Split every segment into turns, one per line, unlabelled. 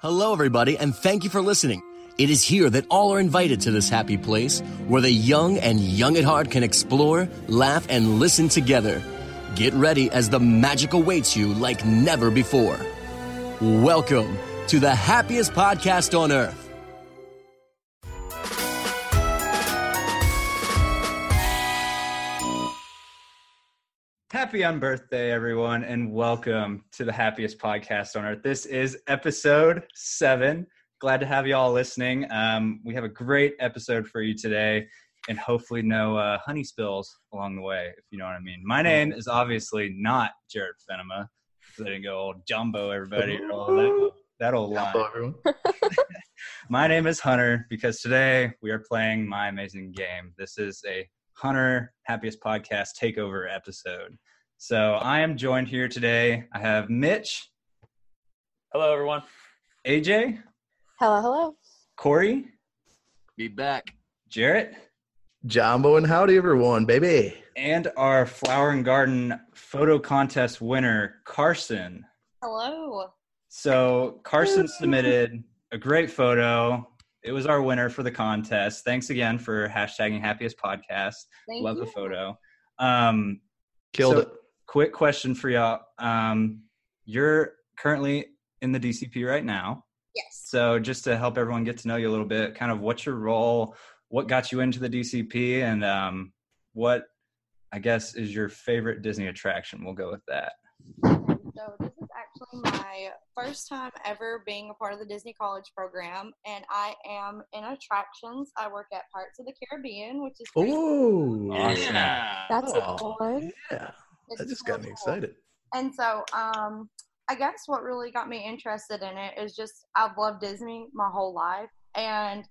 Hello, everybody, and thank you for listening. It is here that all are invited to this happy place where the young and young at heart can explore, laugh, and listen together. Get ready as the magic awaits you like never before. Welcome to the happiest podcast on earth.
Happy on birthday, everyone, and welcome to the happiest podcast on earth. This is episode seven. Glad to have you all listening. Um, we have a great episode for you today, and hopefully, no uh, honey spills along the way, if you know what I mean. My name is obviously not Jared Fenema. So they didn't go old jumbo, everybody, or all that, that old line.
Hello, everyone.
My name is Hunter because today we are playing my amazing game. This is a Hunter Happiest Podcast Takeover episode. So I am joined here today. I have Mitch,
Hello, everyone.
AJ,
Hello, hello.
Corey,
Be back.
Jarrett,
Jumbo and howdy, everyone, baby.
and our Flower and Garden photo contest winner, Carson.
Hello.
So Carson submitted a great photo. It was our winner for the contest. Thanks again for hashtagging happiest podcast.
Thank
Love
you.
the photo. Um,
Killed
So-
it.
quick question for y'all. Um, you're currently in the DCP right now.
Yes.
So just to help everyone get to know you a little bit, kind of what's your role, what got you into the DCP, and um, what I guess is your favorite Disney attraction? We'll go with that.
So this is actually my first time ever being a part of the Disney College program, and I am in attractions. I work at Parts of the Caribbean, which is pretty
Ooh,
Awesome.
That's
Wow.
fun.
yeah,
It's
that just got me
cool.
excited.
And so, um, I guess what really got me interested in it is just I've loved Disney my whole life, and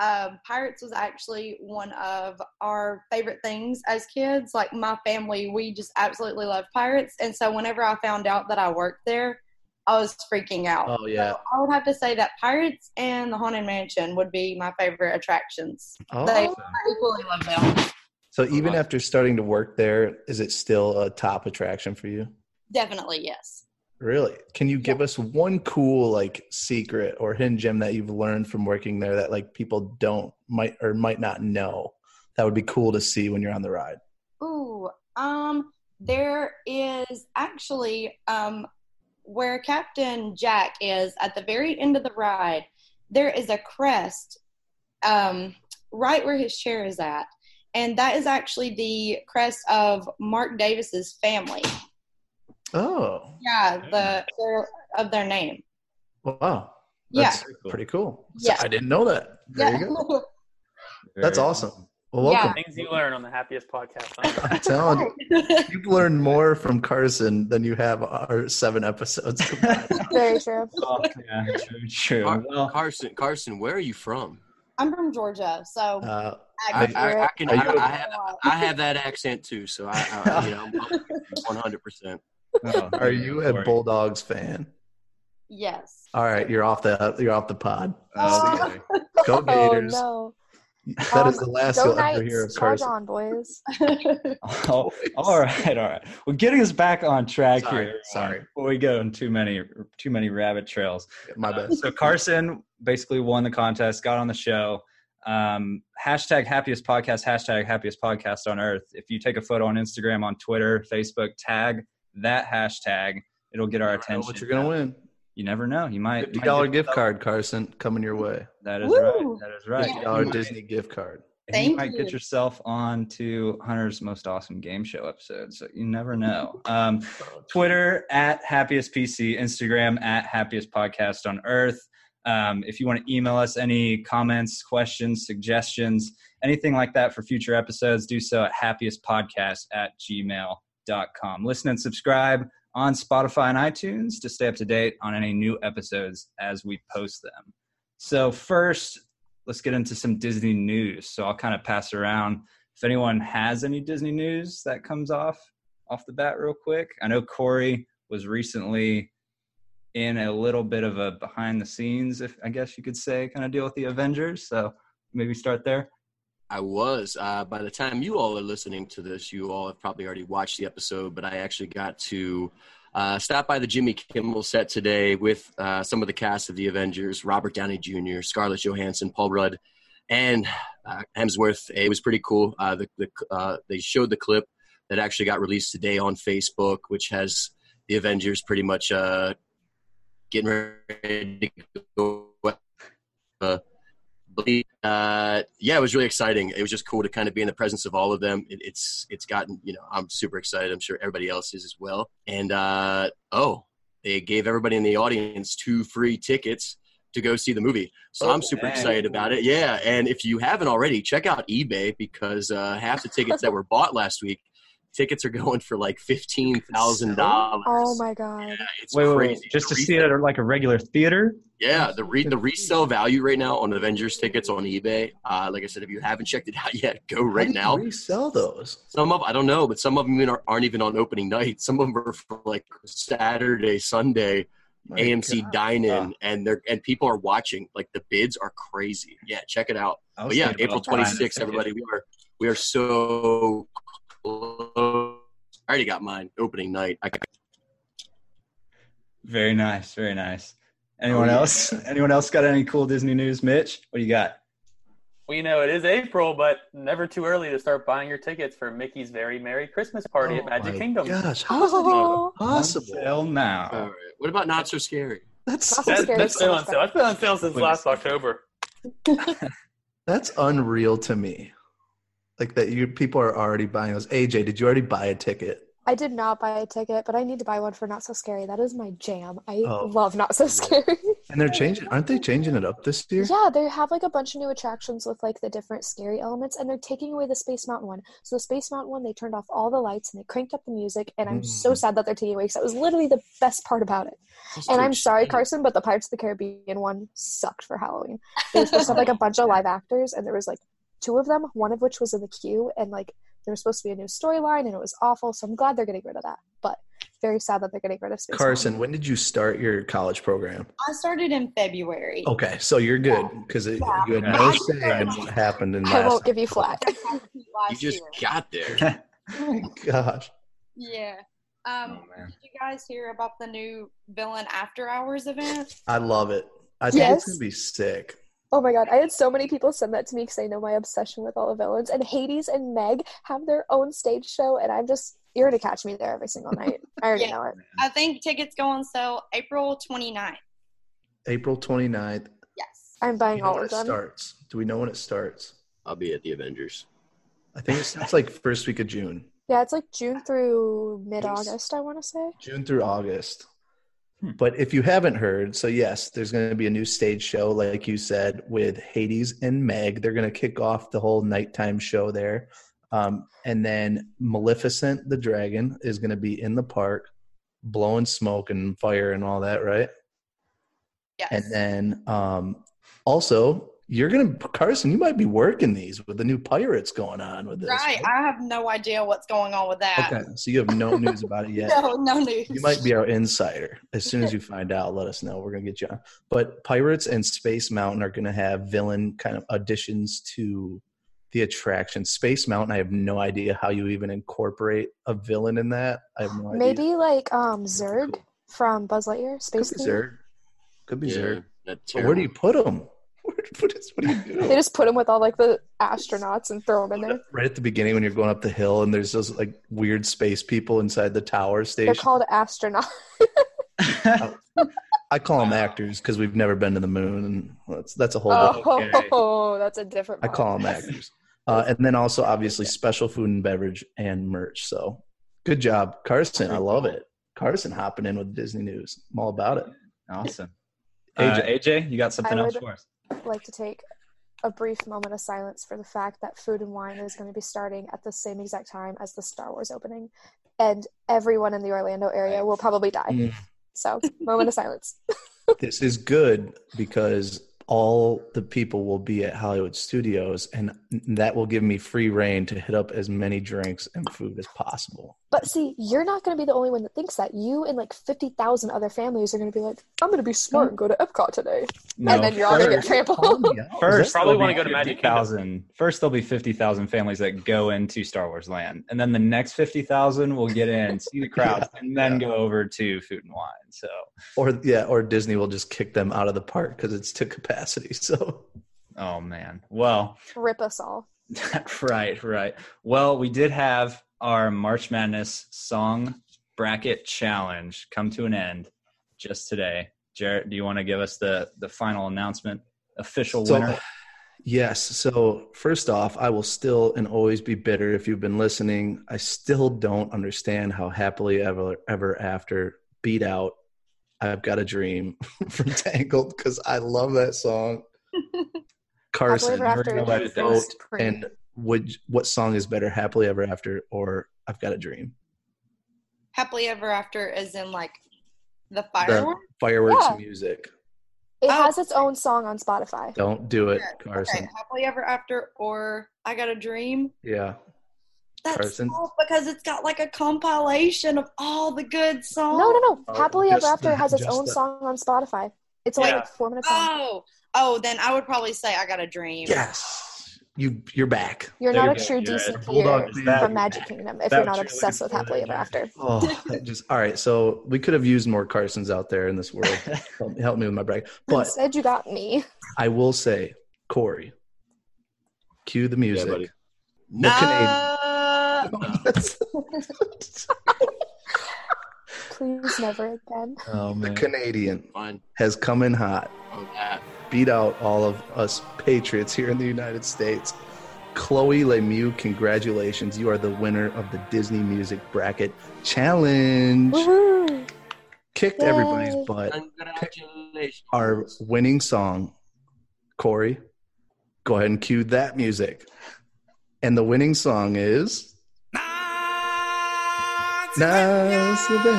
um, Pirates was actually one of our favorite things as kids. Like my family, we just absolutely loved Pirates, and so whenever I found out that I worked there, I was freaking out.
Oh yeah,
So I would have to say that Pirates and the Haunted Mansion would be my favorite attractions. They-
oh.
I equally love them.
So even after starting to work there, is it still a top attraction for you?
Definitely yes.
Really? Can you give us one cool like secret or hidden gem that you've learned from working there that like people don't might or might not know? That would be cool to see when you're on the ride.
Ooh, um, there is actually um, where Captain Jack is at the very end of the ride. There is a crest, um, right where his chair is at, and that is actually the crest of Mark Davis's family.
Oh,
Yeah, the their, of their name.
wow,
Yeah,
that's pretty cool. So
Yeah.
I didn't know that. There
yeah.
you go. That's awesome. Well,
Yeah.
Ah.
welcome.
Things you learn on the happiest podcast. on
I'm telling you, you've learned more from Carson than you have our seven episodes. combined.
Very true.
Oh, yeah, true, true.
Car-
well,
Carson, Carson, where are you from?
I'm from Georgia, so
uh,
I,
I,
I, I can. I,
Are you-
I, have, I have that accent too, so I, I you know, I'm one hundred percent.
oh,
are you a
sorry.
Bulldogs fan?
yes.
All right, you're off the you're off the pod.
Oh,
Oh.
okay.
Go Gators!
Oh,
That is the last
no. Go
you'll
Knights.
ever hear of
Charge
Carson.
on, boys.
Oh, all right, all right. Well, getting us back on track
Sorry,
here. uh,
sorry.
Before we go in too many too many rabbit trails.
My bad.
Uh, so Carson basically won the contest, got on the show. Um, hashtag happiest podcast, hashtag happiest podcast on earth. If you take a photo on Instagram, on Twitter, Facebook, tag that hashtag. It'll get our
I don't know
attention.
what you're gonna win?
You never know. You might
Fifty
might
dollar
get
gift
yourself-
card, Carson, coming your way.
That is
Woo!
right. That is
Yeah.
right.
Fifty dollar Disney gift card.
And you
Thank
might get
you.
yourself on to Hunter's most awesome game show episode. So you never know. Um, Twitter at happiest PC, Instagram at happiest podcast on earth. Um, if you want to email us any comments, questions, suggestions, anything like that for future episodes, do so at happiestpodcast at gmail.com. Listen and subscribe on Spotify and iTunes to stay up to date on any new episodes as we post them. So, first, let's get into some Disney news. So, I'll kind of pass around if anyone has any Disney news that comes off off the bat real quick. I know Corey was recently in a little bit of a behind the scenes, if I guess you could say, kind of deal with the Avengers. So maybe start there.
I was. Uh, by the time you all are listening to this, you all have probably already watched the episode, but I actually got to uh, stop by the Jimmy Kimmel set today with uh, some of the cast of the Avengers Robert Downey Jr., Scarlett Johansson, Paul Rudd, and uh, Hemsworth. It was pretty cool. Uh, the, the, uh, they showed the clip that actually got released today on Facebook, which has the Avengers pretty much uh, getting ready to go. Uh, believe- uh, yeah, it was really exciting. It was just cool to kind of be in the presence of all of them. It, it's it's gotten you know I'm super excited. I'm sure everybody else is as well. And uh, oh, they gave everybody in the audience two free tickets to go see the movie. So I'm super
dang.
excited about it. Yeah, and if you haven't already, check out eBay because uh, half the tickets that were bought last week, tickets are going for like fifteen thousand dollars.
Oh my god.
It's
Wait, wait,
crazy.
wait, just
The
to see it at like a regular theater?
yeah, the re- the resale value right now on Avengers tickets on eBay. Uh, like I said, if you haven't checked it out yet, go right now.
resell those.
Some of I don't know, but some of them even are, aren't even on opening night. Some of them are for like Saturday, Sunday,
My
AMC
God.
dine-in,
Wow.
and they're and people are watching. Like the bids are crazy. Yeah, check it out.
I
But
was
Oh, yeah,
thinking
April
about buying a
26th,
ticket.
everybody. We are we are so close. I already got mine opening night. I,
Very nice, very nice. Anyone
Oh, yeah.
else? Anyone else got any cool Disney news, Mitch? What do you got?
We know it is April, but never too early to start buying your tickets for Mickey's Very Merry Christmas Party
Oh
at Magic
my
Kingdom.
Gosh, how is that
Oh,
On
possible?
sale now.
all right. What about not so scary?
That's
That's
so-
That,
Scary
that's been on
stuff.
sale. That's been on sale since
Wait a
last
second.
October.
that's unreal to me. Like that, you people are already buying those. AJ, did you already buy a ticket?
I did not buy a ticket, but I need to buy one for Not So Scary. That is my jam. I
Oh.
love Not So Scary.
And they're changing, aren't they changing it up this year?
yeah, they have like a bunch of new attractions with like the different scary elements, and they're taking away the Space Mountain one. So the Space Mountain one, they turned off all the lights and they cranked up the music, and I'm so
Mm.
sad that they're taking it away because that was literally the best part about it.
That's
And
too
I'm sorry,
exciting.
Carson, but the Pirates of the Caribbean one sucked for Halloween. They were supposed to have like a bunch of live actors, and there was like two of them, one of which was in the queue, and like there was supposed to be a new storyline, and it was awful. So I'm glad they're getting rid of that, but very sad that they're getting rid of Space Mountain.
Carson, when did you start your college program?
I started in February.
Okay, so you're good because
Yeah.
you had
Yeah.
no say in what happened in
I
last.
won't give you flack.
You just got there.
Oh my gosh,
yeah.
Oh,
Um,
man.
did you guys hear about the new villain after hours event?
I love it. I think it's
Yes.
gonna be sick.
Oh my god, I had so many people send that to me because I know my obsession with all the villains. And Hades and Meg have their own stage show, and I'm just you're gonna catch me there every single night. I already
Yeah.
know it.
I think tickets go on sale April 29th.
April 29th.
Yes.
I'm
Do
buying
you know
all
when
of
it
them.
starts? Do we know when it starts?
I'll be at the Avengers.
I think it starts like first week of June,
Yeah, it's like June through mid August, I want to say.
June through August.
Hmm.
But if you haven't heard, so yes, there's going to be a new stage show, like you said, with Hades and Meg. They're going to kick off the whole nighttime show there. Um, and then Maleficent the Dragon is going to be in the park, blowing smoke and fire and all that, right?
Yes.
And then um, also, you're gonna Carson. You might be working these with the new pirates going on with this.
right. I have no idea what's going on with that.
Okay. So you have no news about it yet.
No, no news.
You might be our insider. As soon as you find out, let us know. We're gonna get you on. But pirates and Space Mountain are gonna have villain kind of additions to the attraction. Space Mountain. I have no idea how you even incorporate a villain in that. I have no idea.
Maybe like
That'd
um
be
Zurg from Buzz Lightyear, Space
could be
Thing.
Zerg. Could be Zerg.
that's
But where
terrible.
do you put them? What is? What do you do?
They just put him with all like the astronauts and throw him in there.
right at the beginning when you're going up the hill and there's those like weird space people inside the tower
They're
station.
called astronauts. Um,
I call them actors because we've never been to the moon, and that's that's a whole. different
Oh,
okay.
that's a different.
I call them actors, uh, and then also obviously special food and beverage and merch. So good job, Carson. I love it. Carson hopping in with Disney news. I'm all about it.
awesome.
AJ.
AJ, AJ, you got something
I
else
would-
for us?
I'd like to take a brief moment of silence for the fact that Food and Wine is going to be starting at the same exact time as the Star Wars opening, and everyone in the Orlando area will probably die.
Mm.
So, moment of silence.
this is good because all the people will be at Hollywood Studios, and that will give me free reign to hit up as many drinks and food as possible.
But see, you're not going to be the only one that thinks that. You and like 50,000 other families are going to be like, I'm going to be smart and go to Epcot today.
No,
and then you're all going to
first-
get trampled.
First,
Probably
there'll
wanna
be
go to Magic
50,000 First, there'll be fifty thousand families that go into Star Wars Land, and then the next fifty thousand will get in, see the crowds, and then go over to Food and Wine. So
or yeah, or Disney will just kick them out of the park because it's to capacity. So
Oh man. Well,
Rip us all.
right, right. Well, we did have our March Madness song bracket challenge come to an end just today. Jarrett, do you want to give us the the final announcement? Official
So-
winner.
Yes. So, first off, I will still and always be bitter if you've been listening. I still don't understand how happily ever ever after beat out I've got a dream from Tangled because I love that song.
Happily
Carson
ever
never
after
gonna let it
is
down.
first cream.
and would what song is better happily ever after or I've got a dream?
Happily Ever After is in like the fireworks.
The fireworks
Yeah.
music.
it
Oh.
has its own song on Spotify.
Don't do it,
Sure.
Carson.
Okay, Happily Ever After or I Got a Dream.
Yeah.
That's
Carson?
all because it's got like a compilation of all the good songs.
No, no, no.
Oh,
Happily Ever
just
After
the-
has its
just
own
the-
song on Spotify. It's only
Yeah.
like four minutes long.
Oh, oh, then I would probably say I Got a Dream.
Yes. You you're back.
You're
There
not
you
a
go.
true
You're right.
DC
Bulldog
peer
Is
from
that-
Magic Kingdom if
that
you're
what
not
you're
obsessed with
looking for
Happily Ever
there,
After.
Oh, that just all right. So we could have used more Carsons out there in this world. help, me, help me with my brag. But
Instead, you got me.
I will say, Corey, cue the music.
buddy.
The Canadian.
Uh,
Please never again.
Oh
the
man.
Canadian
Fine.
has come in hot,
Oh, that.
beat out all of us Patriots here in the United States. Chloe Lemieux, congratulations. You are the winner of the Disney Music Bracket Challenge.
Woohoo!
Kicked
Yay.
everybody's butt.
Congratulations.
our winning song, Corey, go ahead and cue that music. And the winning song is. Pennsylvania.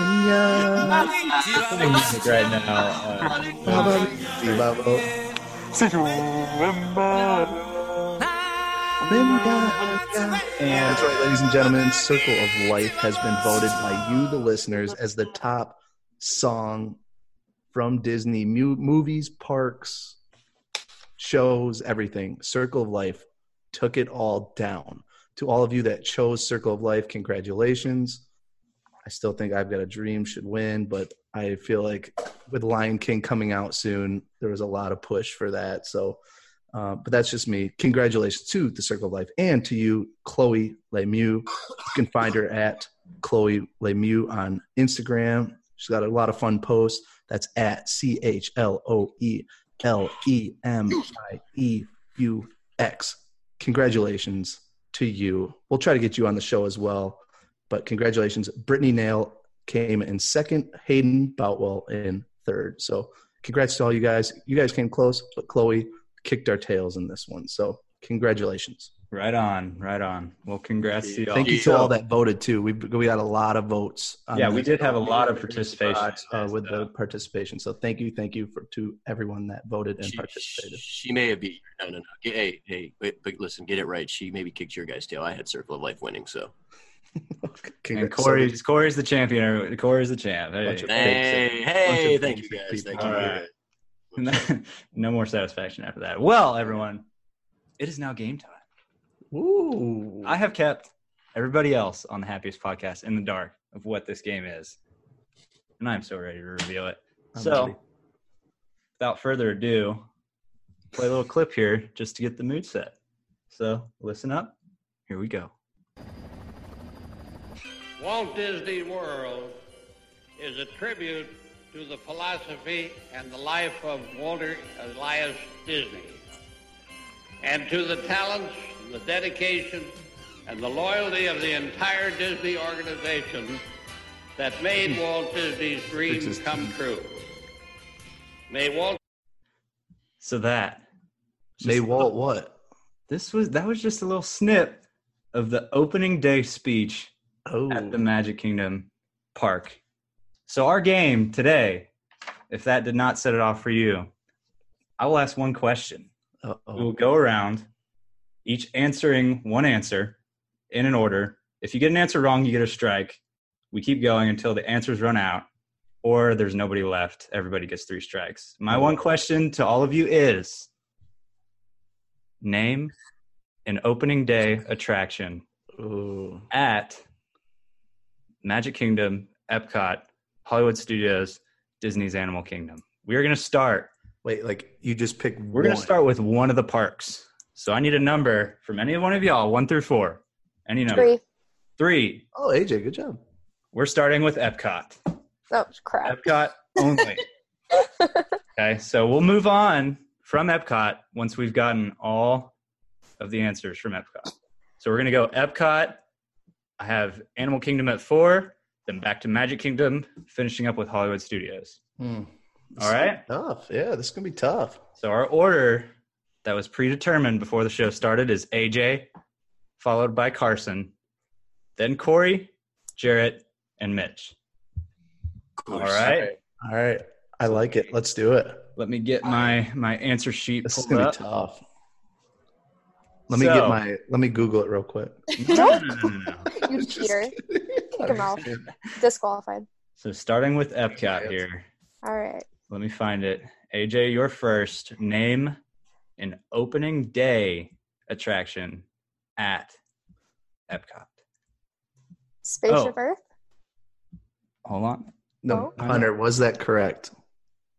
Music right now. Uh, and
That's right, ladies and gentlemen. Circle of Life has been voted by you, the listeners, as the top song from Disney mu- movies, parks, shows, everything. Circle of Life took it all down. To all of you that chose Circle of Life, congratulations. I still think I've Got a Dream should win, but I feel like with Lion King coming out soon, there was a lot of push for that. So, uh, but that's just me. Congratulations to the Circle of Life and to you, Chloe Lemieux. You can find her at Chloe Lemieux on Instagram. She's got a lot of fun posts. That's at C H L O E L E M I E U X. Congratulations to you. We'll try to get you on the show as well. But congratulations. Brittany Nail came in second, Hayden Boutwell in third. So congrats to all you guys. You guys came close, but Chloe kicked our tails in this one. So congratulations.
right on, right on. Well, congrats to y'all.
Thank you to all that um, voted too. We we got a lot of votes. on
uh, Yeah, we
this.
did have a lot of participation.
uh, with the participation. So thank you, thank you for to everyone that voted and
She,
participated.
she may have beat. No, no, no. Get- Hey, hey, wait, but listen, get it right. She maybe kicked your guy's tail. I had Circle of Life winning, so
And
Congrats.
Corey's Corey's the champion. everybody. Corey's the champ. Hey.
Bunch of-
hey, hey, thank you guys. Thank you.
All right. no more satisfaction after that. Well, everyone, it is now game time.
Ooh.
I have kept everybody else on the happiest podcast in the dark of what this game is. And I'm so ready to reveal it.
I'm
so,
ready.
without further ado, play a little clip here just to get the mood set. So, listen up. Here we go.
Walt Disney World is a tribute to the philosophy and the life of Walter Elias Disney and to the talents, the dedication, and the loyalty of the entire Disney organization that made Walt Disney's dream
Fixes-
come true. May Walt
So, that
May Walt what?
this was that was just a little snip of the opening day speech
Oh,
at the Magic Kingdom Park. So our game today, if that did not set it off for you, I will ask one question. We will
uh-oh.
go around, each answering one answer in an order If you get an answer wrong, you get a strike. We keep going until the answers run out or there's nobody left. Everybody gets three strikes. My one question to all of you is name an opening day attraction
Ooh.
at Magic Kingdom, Epcot, Hollywood Studios, Disney's Animal Kingdom. We are going to start.
Wait, like you just pick.
We're going to start with one of the parks. So I need a number from any one of y'all, one through four. Any number.
Three.
Three.
Oh, AJ, good job.
We're starting with Epcot.
Oh crap.
Epcot only. okay, so we'll move on from Epcot once we've gotten all of the answers from Epcot. So we're gonna go Epcot. I have Animal Kingdom at four, then back to Magic Kingdom, finishing up with Hollywood Studios. All right.
Hmm. Tough. Yeah, this is gonna be tough.
So our order that was predetermined before the show started is AJ, followed by Carson, then Corey, Jarrett, and Mitch.
Oh,
All right.
All right, I like it. Let's do it.
Let me get my my answer sheet
This is
pulled
gonna
up.
be tough. Let me
So-
get my. Let me Google it real quick.
No, no, no, no, no, no.
You
Just
cheater.
kidding.
Kick him out. Disqualified.
So starting with Epcot
Yes.
here.
All right.
Let me find it. AJ, you're first. Name an opening day attraction at Epcot.
Spaceship
Oh.
Earth.
Hold on.
No,
Oh.
Hunter, was that correct?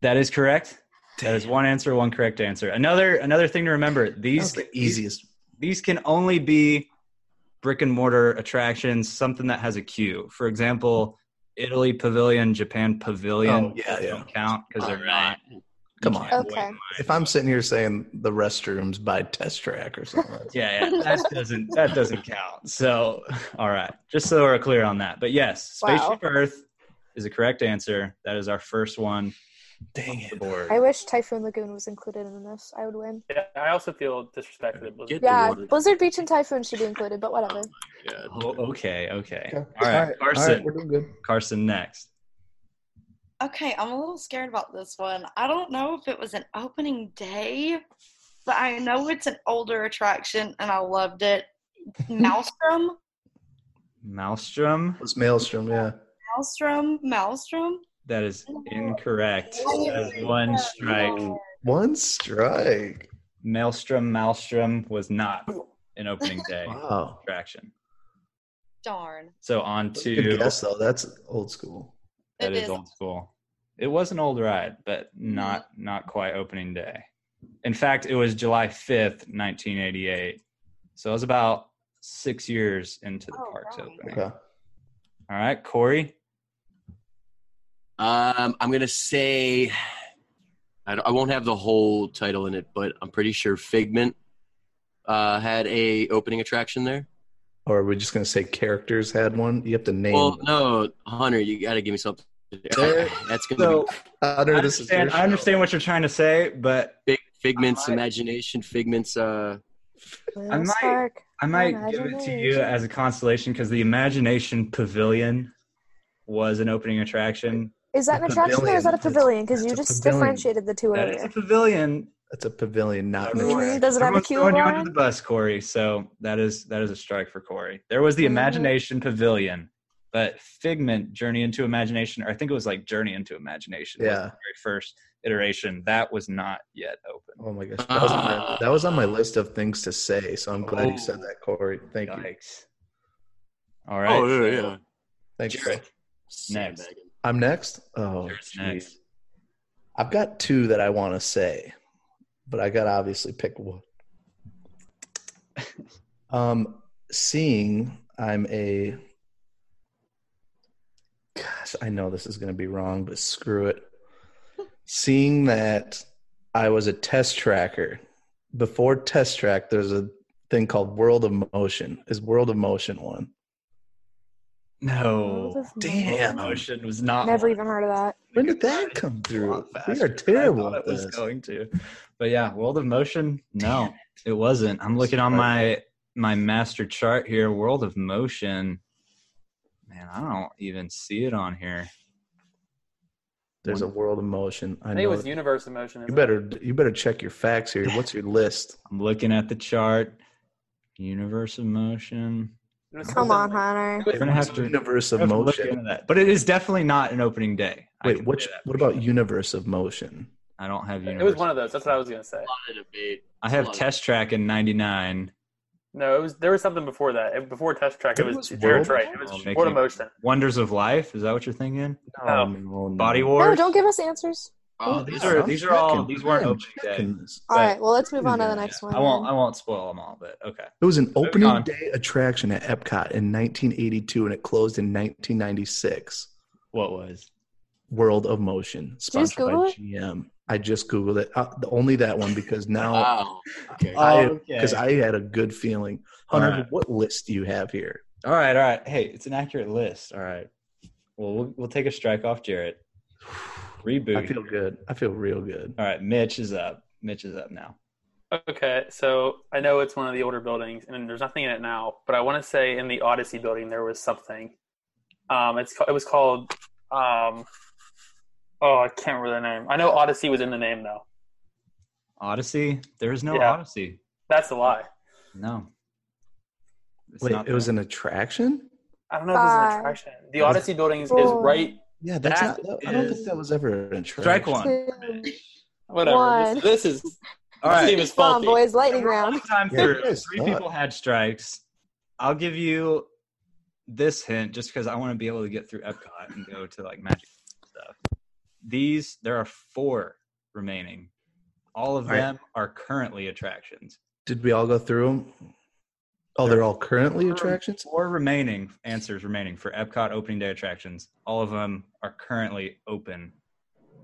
That is correct. That is one answer, one correct answer. Another another thing to remember,
That was
these
the easiest.
these can only be brick and mortar attractions, something that has a queue. For example, Italy Pavilion, Japan Pavilion
Oh, yeah, yeah.
don't count because they're not.
Come
you
on.
can't wait
Okay.
in line.
If I'm sitting here saying the restrooms by test track or something, that's-
Yeah, yeah, that doesn't that doesn't count. So, all right, just so we're clear on that. But yes, spaceship Earth is a correct answer. That is our first one.
dang
on the
it.
board.
I wish Typhoon Lagoon was included in this. I would win.
Yeah, I also feel disrespected. Blizzard.
Get the
Yeah,
water.
Blizzard Beach and Typhoon should be included, but whatever.
Yeah.
Oh, okay, okay.
Okay.
All right, Carson.
we're doing good.
Carson next.
Okay, I'm a little scared about this one. I don't know if it was an opening day, but I know it's an older attraction and I loved it. Maelstrom,
Maelstrom.
It was Maelstrom, yeah.
Maelstrom, Maelstrom.
That is
Oh,
incorrect. That is one
Oh.
strike.
One strike.
Maelstrom. Maelstrom was not an opening day
Wow.
attraction.
Darn.
So on
That's a Good
to
guess, though. That's old school.
that
It
is
is. Mm-hmm.
old school. It was an old ride, but not not quite opening day. In fact, it was July fifth, nineteen eighty eight. So it was about six years into the
Oh,
park's
wow.
opening.
Okay.
All right, Corey.
Um, I'm gonna say I, don't- I won't have the whole title in it, but I'm pretty sure Figment uh, had a opening attraction there.
Or are we just going to say characters had one? You have to name.
Well, no, Hunter, you got to give me something. That's gonna
So I
Hunter, this is your
understand, I
show.
understand what you're trying to say, but
be Fig, Figment's
I might-
imagination. Figment's uh,
Little
might-
spark.
I might give it to you
Imagination.
as a consolation because the Imagination Pavilion was an opening attraction.
Is that an
The
attraction or is that a
pavilion.
pavilion? Because you
It's a
just
pavilion.
differentiated the two
That is a
earlier.
pavilion.
That's a pavilion, not an
Everyone-
attraction.
Does it have a
everyone's
queue
throwing you under
line?
the bus, Corey. So that is that is a strike for Corey. There was the
Mhm.
Imagination Pavilion, but Figment Journey into Imagination, or I think it was like Journey into Imagination. was
Yeah.
the very first iteration that was not yet open.
Oh my gosh, that was, on my, that was on my list of things to say. So I'm glad
Ah. Oh.
you said that, Corey. Thank you.
Yikes! All right.
oh yeah, yeah.
Thanks.
Jared.
Next.
Sandbagging.
I'm next. Oh,
Jared's
jeez.
next.
I've got two that I want to say, but I got to obviously pick one. um, seeing I'm a. Gosh, I know this is going to be wrong, but screw it. seeing that I was a test tracker before test track, there's a thing called World of Motion. Is World of Motion one?
World
No.
of
Damn.
Motion.
Motion was not
Never
one.
even heard of that.
When did that come
A
through?
lot
We
faster
are
than I
terrible
thought
at
it was
this.
going to but yeah world of motion no it. wasn't i'm looking on my my master chart here world of motion man i don't even see it on here
There's a world of motion. I
I
know.
think it was
that.
Universe of Motion.
You
isn't it?
better you better check your facts here. What's your list?
i'm looking at the chart universe of motion
It was
Come
something
on,
like-
Hunter.
We're gonna have to-
universe of
have to look into
motion.
that. But it is definitely not an opening day. I
Wait,
can
which?
say that.
What about universe of motion?
I don't have
It was
Universal.
one of those. That's what I was gonna say.
lot of debate.
I have
Love it.
Test Track in '99.
No, it was there was something before that. It- Before Test Track, it
It
was,
was World
Jared's right. It was
War. Make
World
me-
of Motion.
Wonders of Life. Is that what you're thinking?
Oh.
no, no.
Body
No,
Wars.
don't give us answers.
Oh,
these
these
are-
are
these are all- these weren't opening day.
days.
All
But-
right, well, let's move on to the
Yeah,
next one.
I won't.
then.
I won't spoil them all. But okay.
It was an opening
on.
day attraction at Epcot in 1982, and it closed in 1996.
What was?
World of Motion,
just
sponsored
Google
by
it?
GM. I just googled it. Uh, the- only that one because now
wow. Okay.
I
Oh, Okay.
because I had a good feeling. Hunter,
Alright.
what list do you have here?
All right. All right. Hey, it's an accurate list. All right. Well, we'll, we'll take a strike off Jarrett. Reboot.
I feel good. I feel real good.
all right. Mitch is up. Mitch is up now.
Okay, so I know it's one of the older buildings, and there's nothing in it now. But I want to say in the Odyssey building there was something. Um, it's ca- it was called. Um, oh, I can't remember the name. I know Odyssey was in the name though.
Odyssey. There is no
Yeah.
Odyssey.
That's a lie.
No. It's
Wait,
not
it was
there.
an attraction?
I don't know if it's an
Five,
attraction. The Odyssey building is, is
four,
right.
Yeah, that's
That
not. that- I don't
is-
think that was ever an attraction.
strike one.
Two.
Whatever.
One.
This, this is
All right.
this game is
Come on,
faulty.
boys, lightning
We're
round.
one time
Yeah,
through.
it is
Three
not.
people had strikes. I'll give you this hint just because I want to be able to get through Epcot and go to like magic stuff. These there are four remaining. All of
All right.
them are currently attractions.
Did we all go through them? Oh, they're all currently
Current-
attractions.
Four remaining answers remaining for Epcot opening day attractions. All of them are currently open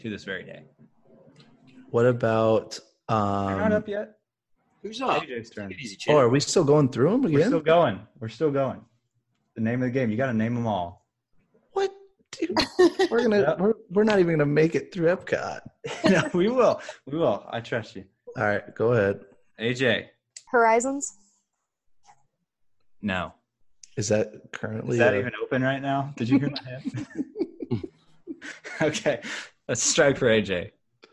to this very day.
What about?
You're not
Um,
up yet.
Who's up?
AJ's turn.
Take it easy,
oh,
champ.
are we still going through them
We're
again?
still going. We're still going. The name of the game. You got to name them all.
what? Dude, we're gonna.
Yeah.
We're, we're not even gonna make it through Epcot.
no, we will. We will. I trust you.
All right, go ahead.
AJ,
Horizons.
no.
Is that currently?
Is that
a-
even open right now? Did you hear my head? okay. That's a strike for AJ.
so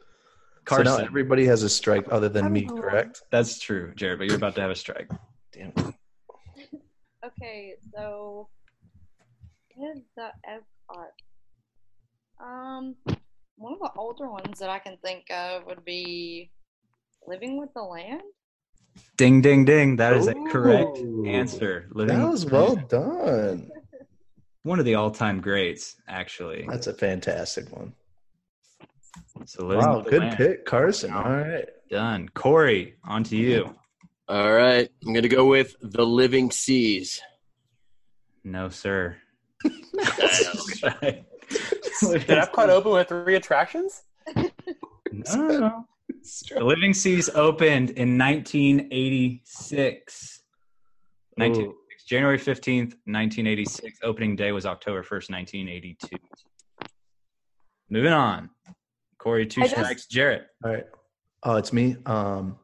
Carson.
now everybody has a strike other than me,
Oh.
correct?
That's true, Jared, but you're about to have a strike.
Damn.
Okay, so what is the Epcot? Um, one of the older ones that I can think of would be Living with the Land.
Ding, ding, ding. That is a correct
Ooh.
answer. Living
That was well done.
One of the all time greats, actually.
That's a fantastic one.
So living
Wow,
with the
good
Land.
pick, Carson. All right.
Done. Corey, on to you.
All right. I'm going to go with The Living Seas.
No, sir.
Did Epcot open with three attractions?
No, no, no. The Living Seas opened in 1986. 1986. January 15th, 1986. Opening day was October 1st, 1982. Moving on. Corey, two
I just-
strikes. Jarrett.
All right. Oh, it's me. Um,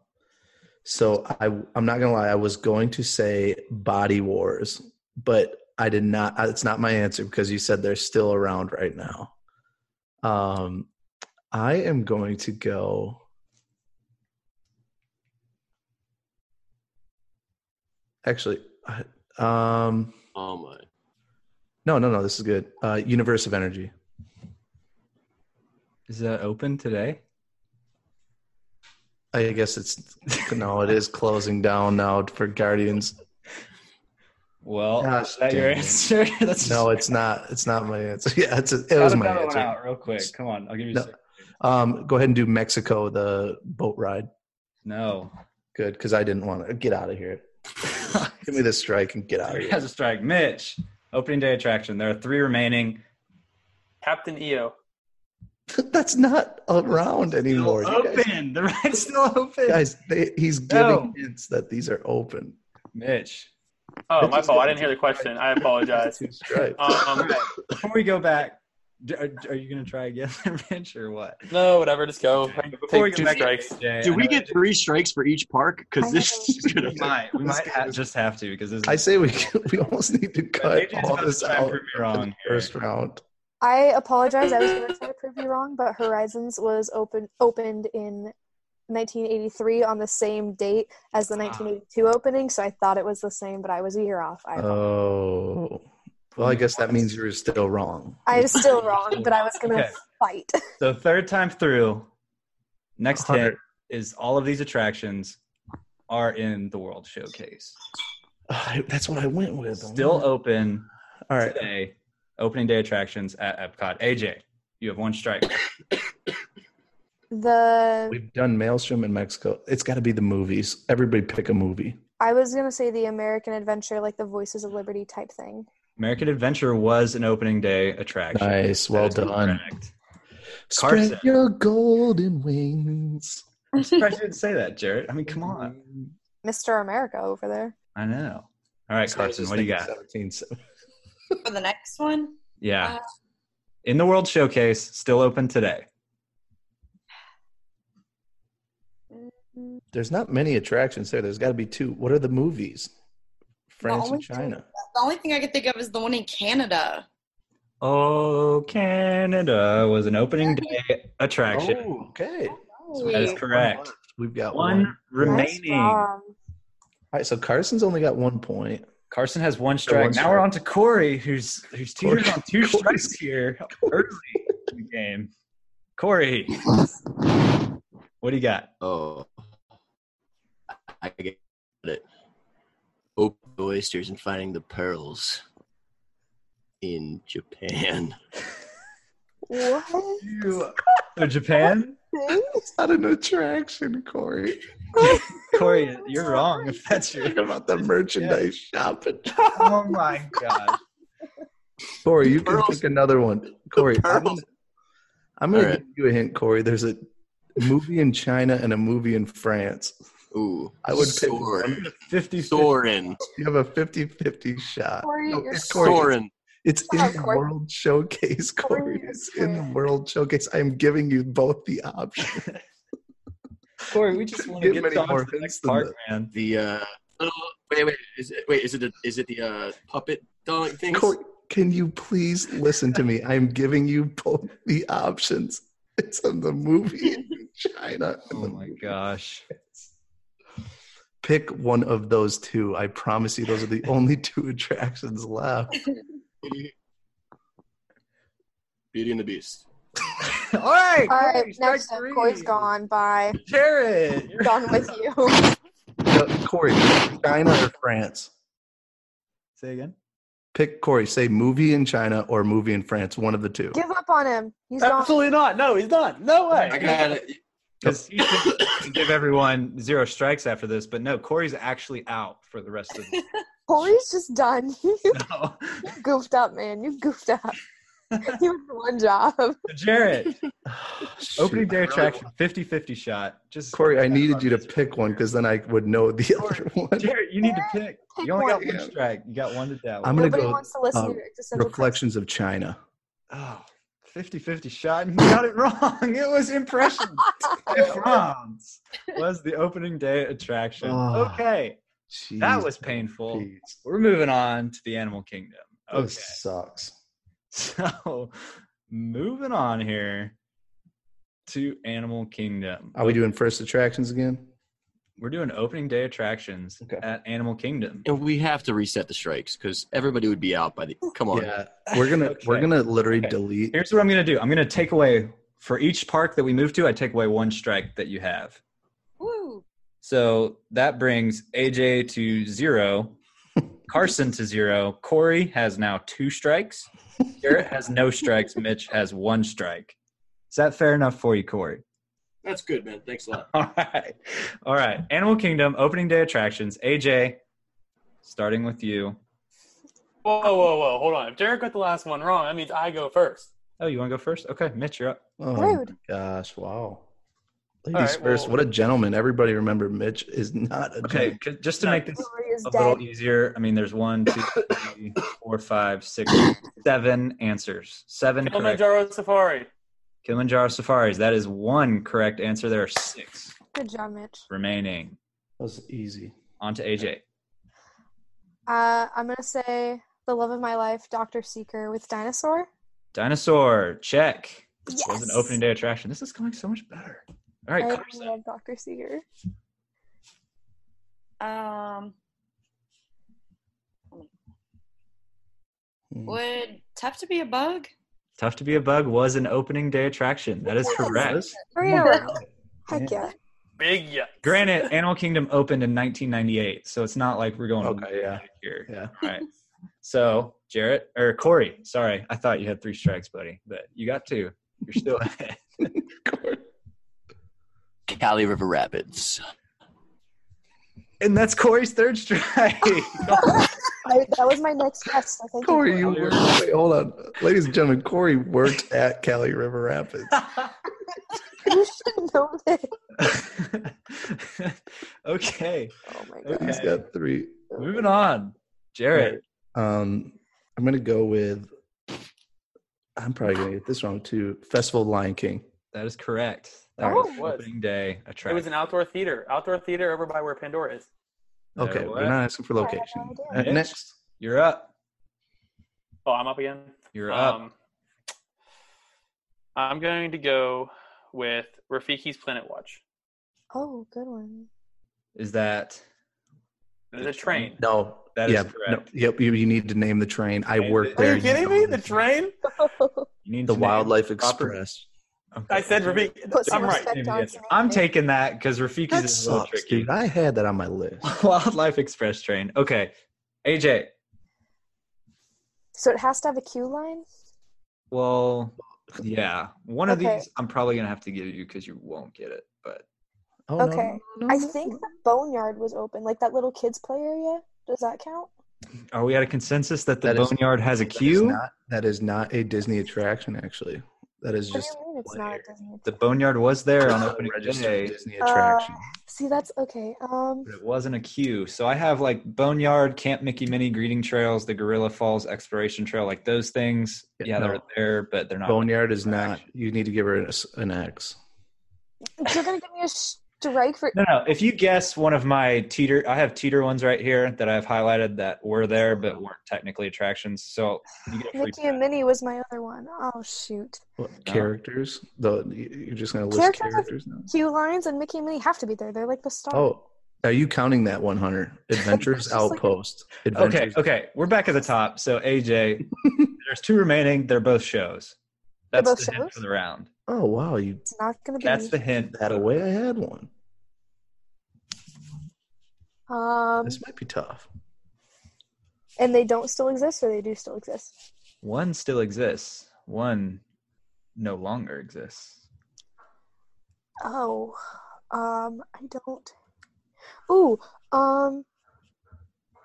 so I I'm not gonna lie. I was going to say Body Wars, but I did not. I- It's not my answer because you said they're still around right now. Um, I am going to go. Actually, I- um,
Oh, my.
no, no, no. This is good. Uh, Universe of Energy.
Is that open today?
I guess it's no. It is closing down now for Guardians.
Well,
Gosh,
is that your
dang it.
answer? That's
No, it's not. It's not my answer. Yeah, it's it
Shout
was my
another one
answer.
out real quick. Come on, I'll give you.
No.
a second.
Um, go ahead and do Mexico, the boat ride.
No.
Good, because I didn't want to get out of here. Give me the strike and get out of
He
here.
has a strike. Mitch, opening day attraction. There are three remaining.
Captain E EO.
That's not around anymore.
Still
You guys,
open. The ride's still open.
guys they, he's
No.
giving hints that these are open.
Mitch,
Oh, my fault. I didn't hear the question. I apologize.
Two strikes.
Um,
before we go back, d- are, are you going to try again, Mitch, or what?
no, whatever. Just go.
Before we
Take two strikes.
AJ,
Do
I
we
know-
get three strikes for each park? Because this is going
uh, We
to
might. We might ha- just have to because this is.
I say we we almost need to
but
cut
AJ's
all
about
this
to try and
out
prove me
in
wrong
the
here.
first round.
I apologize. I was going to try to prove you wrong, but Horizons was open opened in 1983 on the same date as
Ah.
the 1982 opening, so I thought it was the same, but I was a year off. I,
Oh. Well, I guess that means you were still wrong.
I was still wrong, but I was gonna
Okay.
fight.
So third time through, next hit
100.
is all of these attractions are in the World Showcase.
I- that's what I went with.
Still open
All right.
today. Opening day attractions at Epcot. AJ, you have one strike.
The
We've done Maelstrom in Mexico. It's got to be the movies. Everybody pick a movie.
I was gonna say the American Adventure, like the Voices of Liberty type thing.
American Adventure was an opening day attraction.
Nice. Well
That is
done.
correct.
Spread
Carson.
your golden wings.
I'm surprised you didn't say that, Jarrett. I mean, come on.
Mr. America over there.
I know. All right, Carson, what do you got?
17, so-
For the next one,
Yeah. In the World Showcase, still open today.
There's not many attractions there. There's got to be two. What are the movies? France and
only two-
China.
the only thing I could think of is the one in Canada.
Oh, Canada was an opening day attraction.
Oh, okay.
that is correct.
We've got one.
One remaining.
Um,
All right, so Carson's only got one point.
Carson has one
one
strike. now
strike.
we're on to Corey, who's who's teetering
Corey-
on two
Corey's-
strikes here early in the game. Corey, what do you got?
Oh, I get it. Open the oysters and finding the pearls in Japan.
what?
So Japan,
It's not an attraction, Corey.
Corey, you're wrong. If that's your
Talk about the merchandise shopping.
oh my god,
Corey, you can
Pearls.
pick another one. Corey, I'm
pearls.
gonna, I'm gonna
All right.
give you a hint, Corey. There's a movie in China and a movie in France.
Ooh,
I would pick
Soren.
fifty
Soren.
You have a 50-50 shot.
Corey,
No,
you're
Oh, it's Corey.
Soren.
It's in
Sorry,
the
Corey.
World Showcase,
Corey,
Corey.
you're
It's in the
correct.
World Showcase. I am giving you both the option.
Corey, we just want to
Get
get
many
on
more
to the next
hints than
part,
that.
man.
The uh, little- wait, wait, is it wait? Is it the, is it the uh, puppet doll thing?
Corey, can you please listen to me? I'm giving you both the options. It's in the movie in China. and
Oh
the
my
movie-
gosh.
Pick one of those two. I promise you, those are the only two attractions left.
Beauty and the Beast.
All right.
Uh,
All
Corey,
right,
strike
next time,
three.
Corey's gone. Bye.
Jared, you're-
Done with you.
Yeah, Uh, Corey, pick China or France?
say again.
Pick Corey. Say movie in China or movie in France. One of the two.
Give up on him. He's gone.
Absolutely not. No, he's not. No way.
I got it.
Because he should give everyone zero strikes after this, but no, Corey's actually out for the rest of the
Corey's just done. you
show.
goofed up, man. You goofed up. you had one job.
Jared,
Shoot.
opening day attraction, 50 50 shot. Just
Corey, I needed you to pick one because then I would know the other one.
Jared, you need to pick.
Pick
You only got
one.
one strike. You got one to doubt.
I'm gonna
Nobody
go,
wants to listen
uh,
to your existential crisis.
Reflections of China.
Oh, 50 50 shot, and you got it wrong. It was impression. and France was the opening day attraction.
Oh.
Okay, that
Jeez
was painful.
Pete,
We're moving on to the animal kingdom.
That
Okay.
sucks.
So, moving on here to Animal Kingdom.
Are we doing first attractions again?
We're doing opening day attractions
Okay.
at Animal Kingdom.
And we have to reset the strikes because everybody would be out by the. Come on.
Yeah, we're gonna we're
Okay.
gonna literally
Okay.
delete.
Here's what I'm going to do I'm going to take away for each park that we move to, I take away one strike that you have.
Woo!
So that brings AJ to zero, Carson to zero, Corey has now two strikes, Garrett has no strikes, Mitch has one strike. Is that fair enough for you, Corey?
That's good, man. Thanks a lot.
All right. All right. Animal Kingdom opening day attractions. AJ, starting with you.
Whoa, whoa, whoa. Hold on. If Derek got the last one wrong, that means I go first.
Oh, you want to go first? Okay, Mitch, you're up.
Oh
Rude.
my gosh! Wow. Ladies
All right,
first.
well-
what a gentleman! Everybody remember Mitch is not a
Okay,
gentleman.
c- just to make this
Corey is
a
dead.
little easier, I mean, there's one, two, three, four, five, six, seven answers. Seven correct.
Kilimanjaro Safari.
Kilimanjaro Safaris. That is one correct answer. There are six
Good job, Mitch.
remaining.
That was easy.
On to AJ.
Uh, I'm gonna say the love of my life, Doctor Seeker with dinosaur.
Dinosaur, check.
Yes.
Was an opening day attraction. This is going so much better. All right,
I
Carson.
love Dr. Seeger.
Um,
Hmm.
would tough to be a bug?
Tough to be a bug was an opening day attraction. That is correct.
Three in a row. Heck
Yeah.
yeah.
Big yeah.
Granted, Animal Kingdom opened in 1998, so it's not like we're going
Okay, yeah.
back here.
Yeah.
All right. So, Jarrett or Corey, sorry, I thought you had three strikes, buddy, but you got two. You're still ahead.
Cali River Rapids.
and that's Corey's third strike.
I, that was my next guess. So thank
Corey,
you.
you worked. Wait, hold on, ladies and gentlemen. Corey worked at Cali River Rapids.
Corey. You should know this.
okay,
Oh my god.
Okay.
He's got three.
moving on. Jarrett,
Um, I'm gonna go with. I'm probably gonna get this wrong too. Festival of Lion King.
that is correct. That
Oh,
was
it was.
opening day
It
attraction.
was an outdoor theater. Outdoor theater over by where Pandora is.
Okay,
There it
we're
was.
not asking for location.
I
Uh,
have
no idea.
next,
You're up.
Oh, I'm up again.
You're up.
Um, I'm going to go with Rafiki's Planet Watch.
Oh, good one.
Is that
The,
The train.
train.
no.
that is
yeah,
correct?
no, yep. You, you need to name the train. I
Name
worked
it.
there.
Are you kidding me? The train?
You need
The
to name
Wildlife
proper-
Express.
Okay.
I said Rafiki.
Put some
I'm right.
respect on
Yes.
some
I'm
names.
taking that because Rafiki's
That
is a little
sucks,
tricky.
dude. I had that on my list.
Wildlife Express train. Okay, AJ.
So it has to have a queue line.
Well, yeah, one of
Okay.
these I'm probably gonna have to give you because you won't get it. But
Oh, no,
Okay.
no,
I
no.
think the boneyard was open, like that little kids play area. Does that count?
are we at a consensus that the
That is-
Boneyard has a
That is
queue?
not- That is not a Disney attraction, actually. That is
What do
just
you mean it's not
player.
a Disney?
The Boneyard was there on
a
opening
registered
day,
Disney
Uh,
attraction.
See, that's okay. Um,
but it wasn't a queue. So I have like Boneyard, Camp Mickey Mini, Greeting Trails, the Gorilla Falls Exploration Trail, like those things.
Yeah,
Yeah, they're
no.
there, but they're not.
Uh,
Boneyard is not.
attraction.
You need to give her an, s- an X.
you're gonna give me a strike for
No, no. If you guess one of my teeter, I have teeter ones right here that I've highlighted that were there but weren't technically attractions. So you get a free
Mickey
pass.
and Minnie was my other one. Oh shoot!
What, Characters. The you- you're just going to list
Characters are-
characters now.
Queue lines and Mickey and Minnie have to be there. They're like the star.
Oh, are you counting that 100? Adventures
Just like-
Outpost.
Okay,
Adventures.
okay. We're back at the top. So AJ, there's two remaining. They're both shows.
They're
That's
both
the hint
shows?
for the round.
Oh wow, you
It's not gonna be.
That's
me.
the hint.
had away. I had one.
um,
This might be tough.
and they don't still exist, or they do still exist.
One still exists. One no longer exists.
Oh, um, I don't. Ooh, um,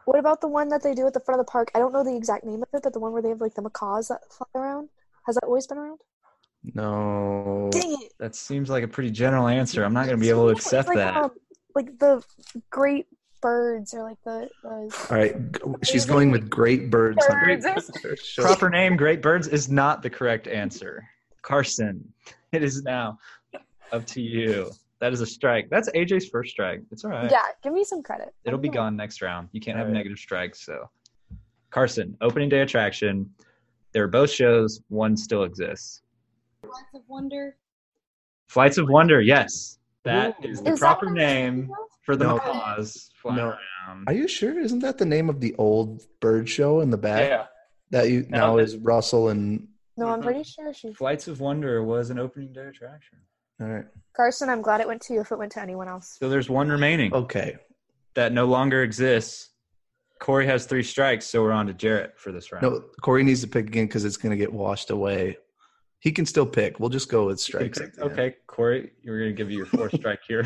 what about the one that they do at the front of the park? I don't know the exact name of it, but the one where they have like the macaws that fly around. Has that always been around?
No.
Dang it!
That seems like a pretty general answer. I'm not going to be able to
It's
accept
like,
that.
um, like the great birds, or like the. the
All right, g- she's going with Great Birds. Hunter. Show-
Proper name, Great Birds, is not the correct answer. Carson, it is now up to you. That is a strike. That's AJ's first strike. It's all right.
Yeah, give me some credit.
It'll
I'm
be
feeling-
gone next round. You can't have
All right.
negative strikes. So, Carson, opening day attraction. They're both shows. One still exists.
Lots of wonder.
Flights of Wonder. Yes, that is the
Is that
proper
what I'm
name
thinking of?
for the
No.
macaws flying
No.
around.
Are you sure? Isn't that the name of the old bird show in the back
Yeah.
that you now is Russell and?
No, I'm
Mhm.
pretty sure she.
Flights of Wonder was an opening day attraction.
All right.
Carson, I'm glad it went to you if it went to anyone else.
So there's one remaining
Okay.
that no longer exists. Corey has three strikes, so we're on to Jarrett for this round.
No, Corey needs to pick again because it's going to get washed away. He can still pick. We'll just go with strikes. at the end.
Okay, Corey, we're gonna give you your fourth strike here.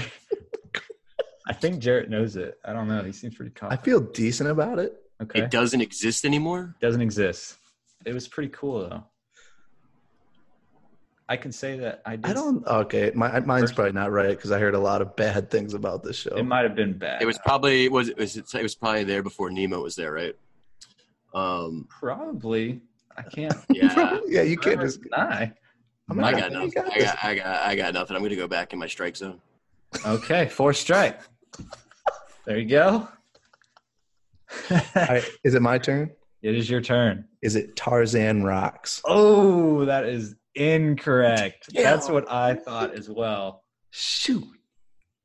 I think Jarrett knows it. I don't know. He seems pretty
I
confident.
feel decent about it.
okay.
It doesn't exist anymore.
doesn't exist. It was pretty cool though. I can say that I did.
I don't. Okay, my mine's
First-
probably not right because I heard a lot of bad things about this show.
It might have been bad.
It was probably was it was it, it was probably there before Nemo was there, right? Um,
probably. I can't.
yeah.
yeah, you can't
forever
just.
deny.
I'm
I
not-
got
you
nothing. I
this.
got, I got I got nothing. I'm gonna go back in my strike zone.
Okay, fourth strike. There you go.
All right, is it my turn?
it is your turn.
Is it Tarzan Rocks?
Oh, that is incorrect. That's what I thought as well.
Shoot.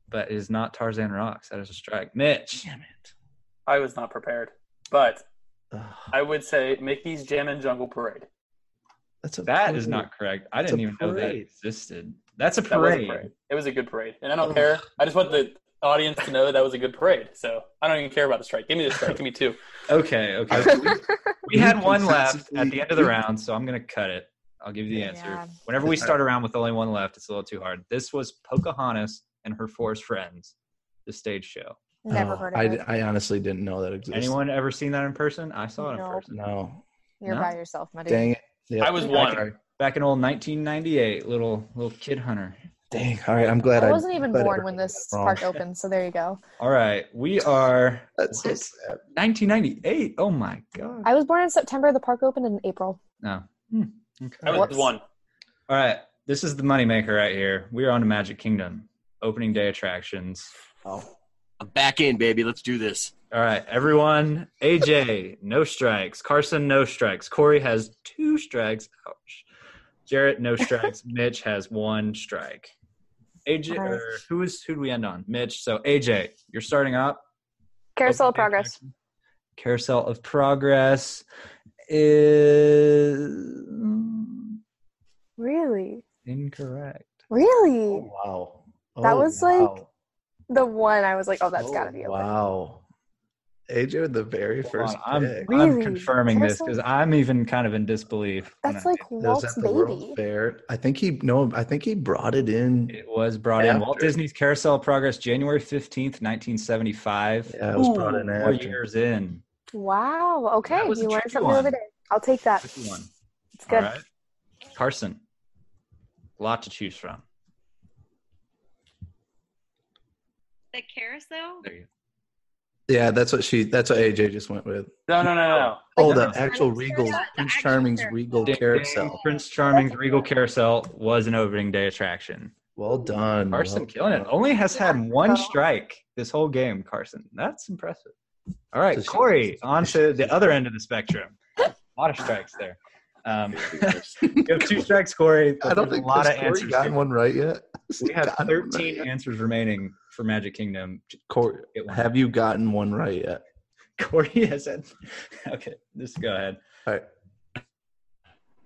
but it is not Tarzan Rocks. That is a strike. Mitch.
Damn it.
I was not prepared, but
Ugh,
I would say Mickey's Jam and Jungle Parade.
that's a
That is
parade.
not correct. I
It's
didn't
a
even know that
parade.
existed. That's a
That was
parade.
a parade. It was a good parade, and I don't care. I just want the audience to know that was a good parade. So I don't even care about the strike. Give me the strike. Give me two.
Okay, okay.
I-
we had one left
Consistently-
at the end of the round, so I'm gonna cut it. I'll give you the
Yeah.
answer. Whenever we start around with only one left, it's a little too hard. This was Pocahontas and her forest friends, the stage show.
Never
Oh,
heard of
I,
it.
I honestly didn't know that existed.
Anyone ever seen that in person? I saw it in
No.
person.
No.
You're
No?
by yourself, my dude.
Dang it. Yep.
I was
one.
Sorry.
Back in old 1998, little little kid hunter.
Dang. All right. I'm glad
I
I
wasn't even
glad I
born
heard
when
that
this
wrong.
park opened, so there you go.
All right, we are
That's so
What?
sad.
1998. Oh my god.
I was born in September. The park opened in April.
No. Hmm. Okay.
I was
Whoops.
one.
All right. This is the moneymaker right here. We are on to Magic Kingdom. Opening day attractions.
Oh.
I'm back in, baby. Let's do this.
All right, everyone. AJ, no strikes. Carson, no strikes. Corey has two strikes. Ouch. Jarrett, no strikes. Mitch has one strike. AJ,
All right.
or who is who do we end on? Mitch. So AJ, you're starting up.
Carousel
Opening
of
day
Progress.
attraction. Carousel of Progress is
Really?
incorrect.
Oh,
Really?
wow.
That
Oh,
was, like, The one I was like, oh, that's
Oh,
got to be open.
Wow. AJ with the very
Hold
first
on, I'm,
pick.
I'm
Really?
confirming this
Carousel-
because I'm even kind of in disbelief. when
That's
I-
like
That was
Walt's
at the World
baby.
Fair. I think he no. I think he brought it in.
it was brought in Walt
After.
Disney's Carousel of Progress, January fifteenth, nineteen seventy-five.
Yeah, it was brought in
Four
after.
years in.
Wow. Okay,
That was a
you learned
tricky
something the other
one.
day. I'll take that.
Fifty one.
It's
All
good.
right, Carson. A lot to choose from.
The carousel?
There you
Yeah, that's what she. That's what AJ just went with.
No, no, no, no.
Oh,
Like
the
the
actual
Prince
Regal,
Carousel? The
Prince
actual
Charming's
Carousel.
Regal
go.
carousel.
Prince Charming's Regal Carousel was an opening day attraction.
Well done,
Carson
well
killing it.
done.
Only has had
Oh.
one strike this whole game, Carson. That's impressive. All right,
Does she-
Corey, on to the other end of the spectrum. A lot of strikes there. Um, you have two strikes, Corey. But
I don't
there's
think
a lot of
this Corey
answers.
got
here.
one right yet.
We have
Got one
13
right yet.
answers remaining for Magic Kingdom.
Corey,
Get one.
have you gotten one right yet?
Corey has said, okay, just go ahead.
All right.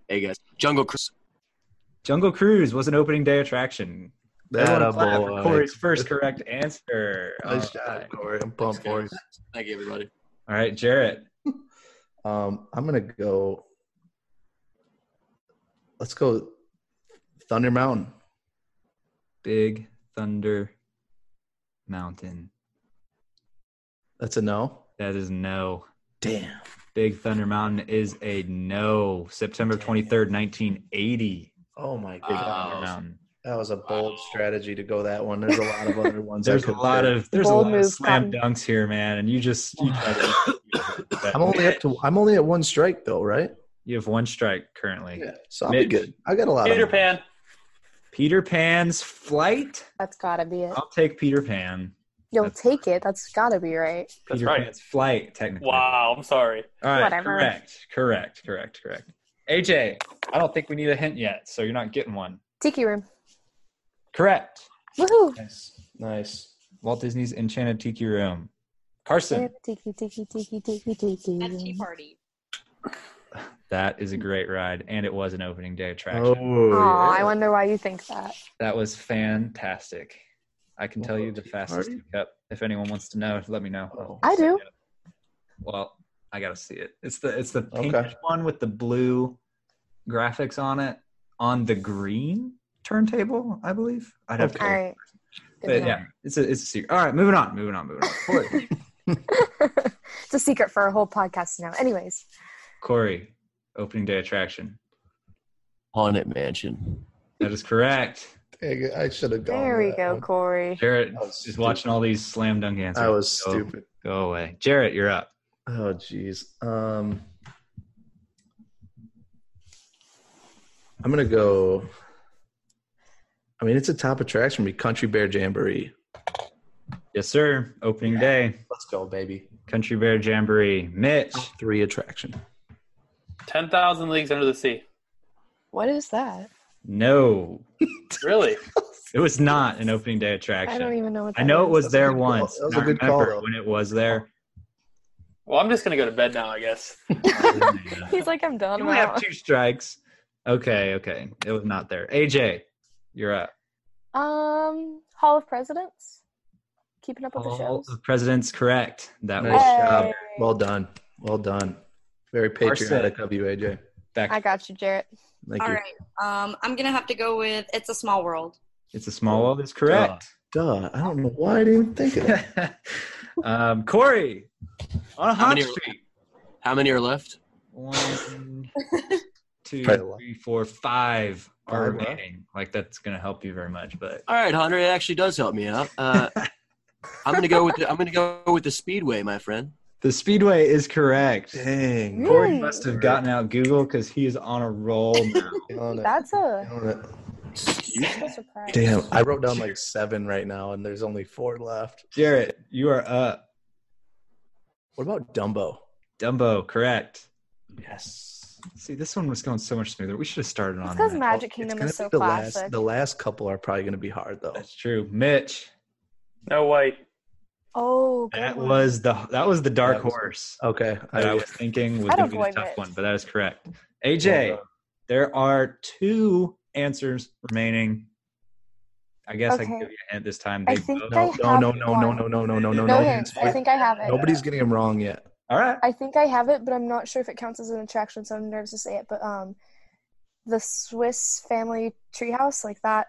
Hey, guys. Jungle Cruise.
Jungle Cruise was an opening day attraction. Everyone
That
clap for
boy.
Corey's first correct answer. All
Nice
right.
job, Corey. I'm pumped for you.
Thank you, everybody.
All right, Jarrett.
Um, I'm gonna go. Let's go, Thunder Mountain.
Big Thunder Mountain.
That's a no.
That is no.
Damn.
Big Thunder Mountain is a no. September
Dang.
23rd, 1980.
Oh my
Big
god,
Uh,
Thunder
Wow.
Mountain.
that was a bold
Wow.
strategy to go that one. There's a lot of other ones. I
There's a
could
lot
pick.
of there's
Bold
a lot of
move,
slam
Cotton.
dunks here, man, and you just you tried to-
I'm only up to. I'm only at one strike though, right?
you have one strike currently.
So I'll
Mitch.
be good. I got a lot
Peter
of.
Pan.
Peter Pan's flight.
That's got to be it.
I'll take Peter Pan.
You'll
Oh, that's-
take it. That's got to be right.
That's
Peter
right.
Pan's flight, technically.
Wow. I'm sorry.
All right.
Whatever.
Correct. Correct. Correct. Correct. AJ, I don't think we need a hint yet, so you're not getting one.
Tiki Room.
Correct.
Woohoo!
Nice. Nice.
Walt Disney's Enchanted Tiki Room. Carson,
Tiki, tiki, tiki, tiki, tiki.
At Tea Party.
that is a great ride, and it was an opening day attraction.
Oh,
Aw,
yeah.
I wonder why you think that.
That was fantastic. I can tell you the
Tea
fastest
party?
cup. If anyone wants to know, let me know.
Oh.
I do.
Well, I gotta see it. It's the it's the
Okay.
pink one with the blue graphics on it on the green turntable, I believe. I'd have to.
All right. Good
But
to
yeah, it's a it's a secret. All right, moving on, moving on, moving on. Corey,
know. it's a secret for a whole podcast now. Anyways,
Corey, opening day attraction.
Haunted Mansion.
That is correct.
Dang it, I should have gone.
there
with
we
that
go,
one.
Corey.
Jarrett
That was
is watching all these slam dunk answers.
I was
Go-
stupid.
Go away, Jarrett. You're up.
Oh, jeez. Um, I'm gonna go. I mean, it's a top attraction. Be Country Bear Jamboree.
Yes, sir. Opening day,
Let's go, baby.
Country Bear Jamboree. Mitch,
Three attraction.
Ten thousand leagues under the sea.
What is that?
no.
Really?
It was not an opening day
I
attraction.
don't even know what
I know it
That's
is.
was
a
there
good call.
once.
That was
and
a
I
good call,
remember
though.
when it was there.
Well, I'm just gonna go to bed now, I guess.
you
He's like, I'm done.
only
now.
have two strikes. Okay, okay. It was not there. AJ, you're up.
Um, Hall of Presidents. Keeping up with the
All
shows.
the president's correct. That
Nice
was uh,
job.
Hey.
Well done. Well done. Very patriotic of you, AJ.
back.
I got you, Jarrett.
Thank
All
you.
right. Um, I'm gonna have to go with "It's a Small World."
It's a small world. Is correct.
Duh. I don't know why I didn't think of that.
um, Corey on a
How
hot
many-
street.
How many are left?
One, two,
Probably a lot.
three, four, five are
Five left.
remaining. Like that's gonna help you very much. But
All right, Hunter, it actually does help me out. Uh, I'm gonna go with the, I'm gonna go with the Speedway, my friend.
the speedway is correct.
Dang.
Corey
Mm.
must have gotten out Google because he is on a roll now.
Killing it.
That's a
Killing it.
Excuse me.
surprise.
Damn. I wrote down like seven right now, and there's only four left.
Jarrett, you are up.
What about Dumbo?
Dumbo, correct.
Yes.
See, this one was going so much smoother. We should have started on.
because
that.
Magic
It's
Kingdom
gonna
is so
be the
classic.
Last, the last couple are probably going to be hard, though.
That's true. Mitch,
No white.
oh, good
that
one.
was the that was the dark
That was-
horse.
Okay.
that I
I,
was thinking was
I'd
going to be the
avoid
tough
it.
one, but that is correct. AJ,
Well done.
there are two answers remaining. I guess I can
Okay.
give you a hint this time.
I
They
think
both-
I
no, no,
have
no, no, no,
one.
no, no, no, no, no,
No
No
no.
hints. I think I have it.
Nobody's getting them wrong yet.
All right.
I think I have it, but I'm not sure if it counts as an attraction, so I'm nervous to say it. But um, the Swiss Family Treehouse, like that.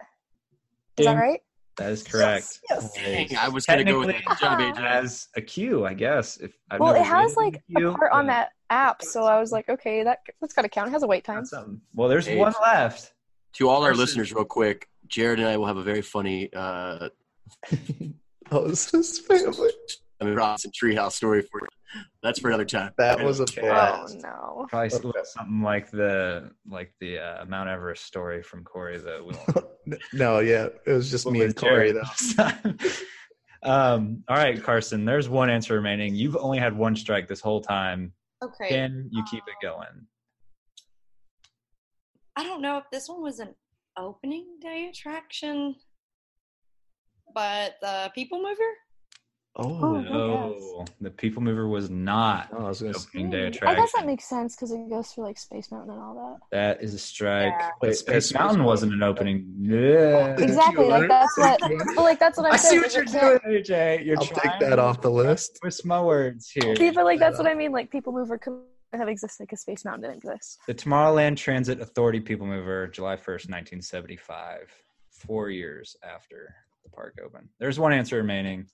Is that
Ding.
right?
That is correct.
Yes.
Dang, I was gonna go with that. Good job,
It
AJ.
has a cue, I guess. If I've
Well,
never
it has
ridden
like
queue,
a part on
but
that app, so I was like, okay, that that's gotta count. It has a wait time.
that's something. Well, there's
Hey.
one left.
To all our
Versus-
listeners, real quick, Jared and I will have a very funny uh,
Oh, this is family.
I mean, Robinson Treehouse story for you. That's for another time.
That was a
Oh
blast.
no.
Probably
Okay.
something like the like the uh, Mount Everest story from Corey that we won't
No, yeah, it was just me and Corey though.
though. um, all right, Carson. There's one answer remaining. You've only had one strike this whole time.
Okay.
Can you keep it going?
I don't know if this one was an opening day attraction, but the People Mover.
Oh,
Oh, no.
No, the People Mover was not
no, I was
an
gonna. Say,
opening day
Hmm, I guess that
attraction.
makes sense because it goes through like Space Mountain and all
That is a strike.
Yeah.
But
Wait,
Space,
Space
Mountain
Mountain.
wasn't an opening. Yeah.
that. Exactly.
you,
Like
Hunter.
that's what.
Thank you.
But like that's what I'm
I see
saying.
what
is
you're
it can't-
doing, AJ. You're
I'll
trying
take that off the list.
Twist my words here.
See, but like that's what I mean. Like people mover could have existed because Space Mountain didn't exist.
The Tomorrowland Transit Authority People Mover, July 1st, 1975, four years after the park opened. There's one answer remaining.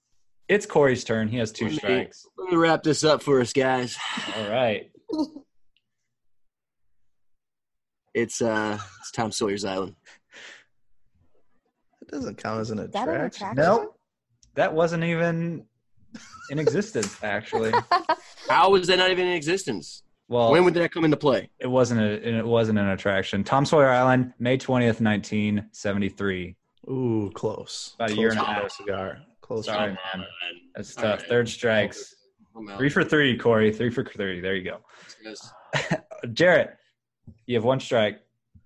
It's Corey's turn. He has two
Let me-
strikes.
Let me wrap this up for us, guys.
All right.
It's uh, it's Tom Sawyer's Island.
It doesn't count as an
Is that an
attraction.
attraction?
Nope. That wasn't even in existence, actually.
How was that not even in existence?
Well,
When would that come into play?
it wasn't a, it wasn't an attraction. Tom Sawyer Island, May 20th, 1973.
Ooh, close.
About a
close
year and a
to
half.
a cigar. Close.
Sorry,
to-
man. That's
All
tough.
right.
Third strikes.
I'm out.
Three for three, Corey. Three for three. There you go.
Yes.
Jarrett, you have one strike,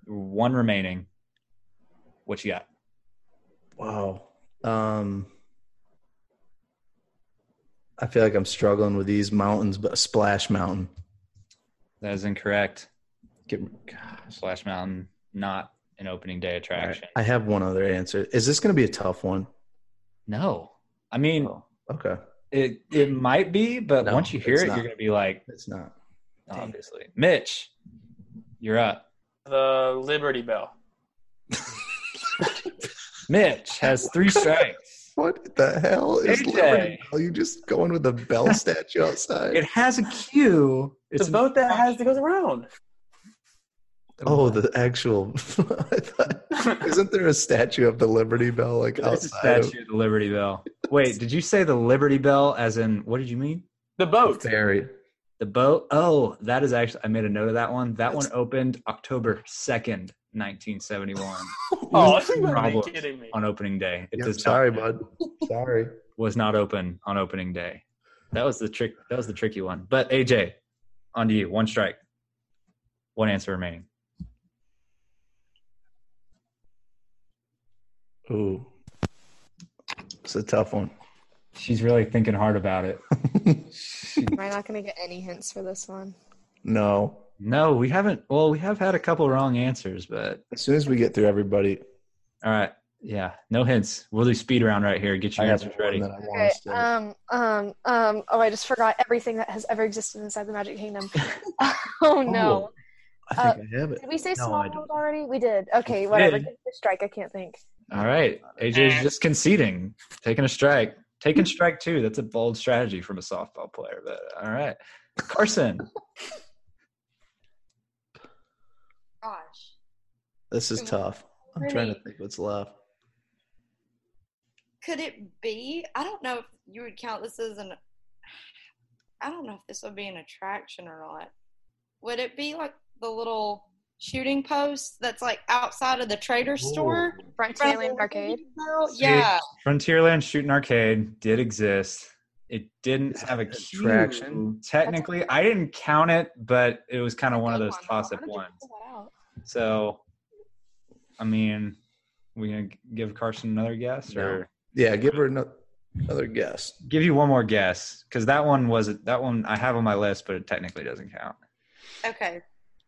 one remaining. What you got?
Wow. Um, I feel like I'm struggling with these mountains, but Splash Mountain.
That is incorrect.
Get,
Splash Mountain, not an opening day attraction.
I have one other answer. Is this going to be a tough one?
No. I mean,
Oh, okay.
it it might be, but
No,
once you hear
it's
it,
not.
you're gonna be like,
It's not.
obviously. Mitch, you're up.
The Liberty Bell.
Mitch has three strikes.
What the hell
is AJ. Liberty
Are you just going with the bell statue outside?
It has a cue.
It's a boat that has to go around.
Oh, the actual. I thought, isn't there a statue of the Liberty Bell like
There's a
outside
statue of the Liberty Bell. Wait, did you say the Liberty Bell as in what did you mean?
The
of
boat.
Ferry?
The boat. Oh, that is actually. I made a note of that one. That
That's-
one opened October second, nineteen seventy one,
Oh, you gotta be
Problems.
kidding me.
on opening day. It
Yep,
does not-
sorry, bud. Sorry.
was not open on opening day. That was the trick. That was the tricky one. But AJ, on to you. One strike. One answer remaining.
Ooh, it's a tough one.
She's really thinking hard about it.
Am I not going to get any hints for this one?
No,
No, we haven't. Well, we have had a couple wrong answers, but
as soon as we get through everybody,
all right. Yeah, no hints. We'll do speed round right here. Get your
I got
answers
one
ready.
that I want
Okay.
to say.
Um. Um. Um. Oh, I just forgot everything that has ever existed inside the Magic Kingdom. oh no.
I think I have it.
Did we say
No, I
small
don't.
world already? We did. Okay. Whatever.
did.
Give me a strike. I can't think.
All right, AJ's just conceding, taking a strike, taking strike two. That's a bold strategy from a softball player. But all right, Carson.
Gosh.
This is tough. I'm trying to
Great.
think what's left.
Could it be? I don't know if you would count this as an. I don't know if this would be an attraction or not. Would it be like the little shooting post that's like outside of the trader store? from
Frontierland
the
Arcade.
video?
See,
Yeah.
Frontierland Shooting Arcade did exist. It didn't
Is
have a
that
queue,
attraction?
Technically, I didn't count it, but it was kind of one of
Good
those
one.
toss
How
up
did you
ones.
pull that out?
So, I mean, we gonna give Carson another guess,
No.
or
Yeah, give her ano- another guess.
give you one more guess because that one was that one I have on my list, but it technically doesn't count.
Okay.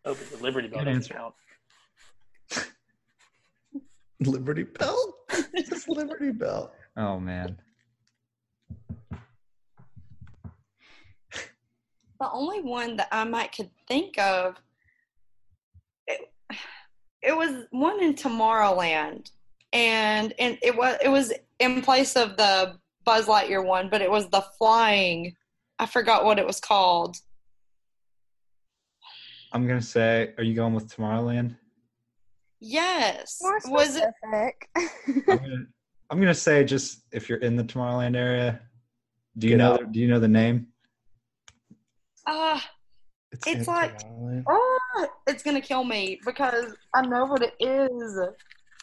Oh, but the Liberty Bell
Good answer.
doesn't count.
Liberty Bell. It's Liberty Bell.
Oh man,
The only one that I might could think of, it, it was one in Tomorrowland, and and it was it was in place of the Buzz Lightyear one, but it was the flying. I forgot what it was called.
I'm gonna say, are you going with Tomorrowland?
Yes,
More
was it?
specific.
I'm gonna, I'm gonna say just if you're in the Tomorrowland area, do you
Get
know?
out.
Do you know the name?
Uh, It's
in
like-
Tomorrowland.
Ah!
oh, it's gonna kill me because I know what it is.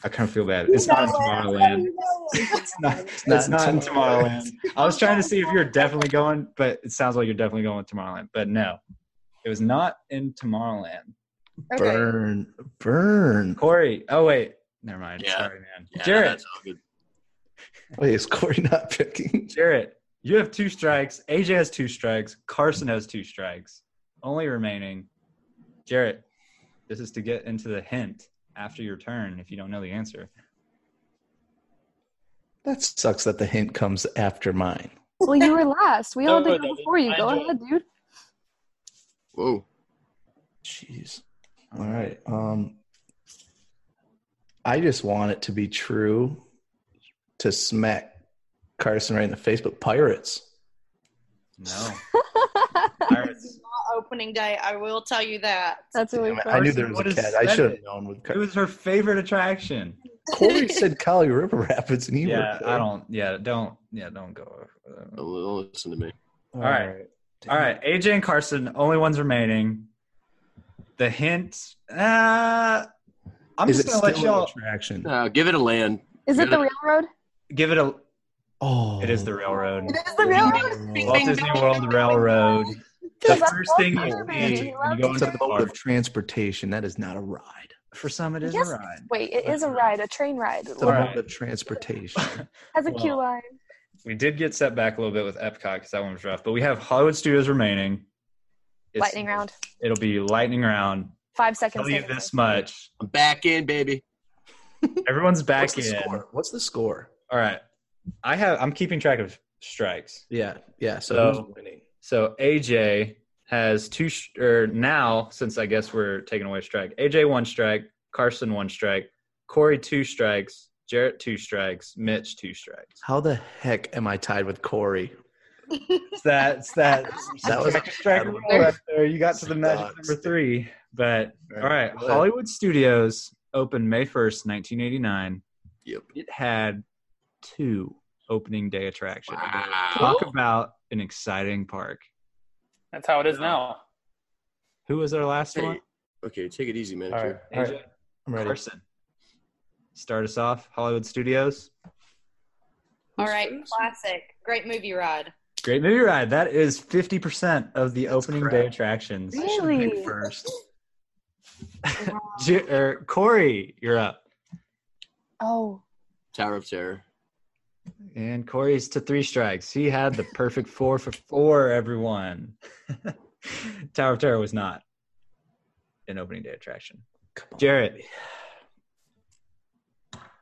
I kind of feel bad. It's not in Tomorrowland. It's not, it's
not
not,
in
in Tomorrowland. I was trying to see if you're definitely going, but it sounds like you're definitely going with Tomorrowland. But no, it was not in Tomorrowland.
okay.
Burn, burn.
Corey. Oh wait, never mind.
Yeah.
Sorry, man.
Yeah,
Jarrett.
that's all good.
Wait, is Corey not picking?
Jarrett. You have two strikes. AJ has two strikes. Carson has two strikes. Only remaining. Jarrett. This is to get into the hint after your turn. If you don't know the answer,
That sucks. That the hint comes after mine.
well, you were last. We all
No,
did
no,
it before you.
I
Go
know.
ahead, dude.
Whoa.
Jeez. All right. Um, I just want it to be true to smack Carson right in the face, but pirates.
no.
It's not opening day. I will tell you that.
That's really
Damn it,
cool.
I knew
Carson,
there was
what
a
is
cat. I
that?
should have known with
It
Carson.
was her favorite attraction.
Corey said Cali River Rapids, and he
Yeah,
were Oh,
I don't. Yeah, don't. Yeah, don't go. Uh,
Don't, don't listen to me.
All
right. All right, AJ and Carson, only ones remaining. The hint. Uh, I'm
Is
just
it
gonna let
still an
y'all
attraction?
No, give it a land.
Is it the
Good.
railroad?
give it a.
Oh,
It is the railroad.
It is the railroad.
Walt Disney World Railroad. The
Because I
first
love
thing you
Thunder
see
Man. He
when you
loves
go
It's
into
a
the
mode of
park.
transportation. That is not a ride.
For some, it is
Yes.
a ride.
Wait, it is a ride, a train ride. It
It's a
All
mode
right.
of transportation.
has a queue
Well,
line.
We did get set back a little bit with Epcot because that one was rough, but we have Hollywood Studios remaining. It's-
Lightning round.
It'll be lightning round.
Five seconds.
Tell you
later.
this much:
I'm back in, baby.
everyone's back
What's the
in.
score? What's the score?
All right. I have I'm keeping track of strikes.
Yeah, yeah. So,
So-
who's winning?
So AJ has two sh- or now since I guess we're taking away strike. AJ one strike, Carson one strike, Corey two strikes, Jarrett two strikes, Mitch two strikes.
How the heck am I tied with Corey?
It's that it's that,
That was a
strike, strike
bad
rule
one.
right there. You got to the magic
Sucks.
number 3, but all right, Hollywood Studios opened May 1st, 1989.
Yep.
It had two opening day attractions.
Wow.
Talk about an exciting park.
That's how it is now.
Who was our last
Hey,
one?
okay, take it easy, man.
All right, all
AJ
right. I'm ready.
Carson. Start us off. Hollywood Studios.
All right, classic. Great movie ride.
Great movie ride. That is 50% of the opening
crap.
day attractions.
I should've picked
Really?
First.
J- er, Corey, you're up.
Oh,
Tower of Terror.
And Corey's to three strikes. He had the perfect four for four, everyone. Tower of Terror was not an opening day attraction. Jarrett.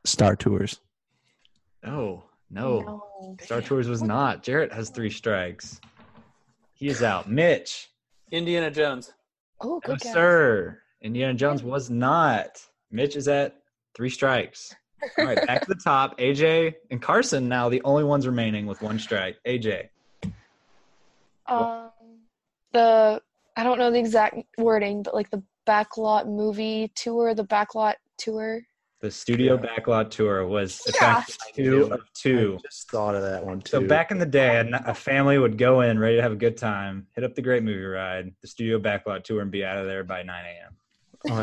Star Tours.
Oh, no. Star Tours was not. Jarrett has three strikes. He is out. Mitch.
Indiana Jones.
Oh,
No,
good guess.
sir. Indiana Jones was not. Mitch is at three strikes. All right, back to the top. AJ and Carson now the only ones remaining with one strike. AJ.
Um, the I don't know the exact wording, but like the backlot movie tour, the backlot tour.
The studio
Yeah.
backlot tour was
Yeah.
attraction two of
I
two.
just thought of that one too.
So back in the day, a, a family would go in ready to have a good time, hit up the great movie ride, the studio backlot tour, and be out of there by 9 a.m.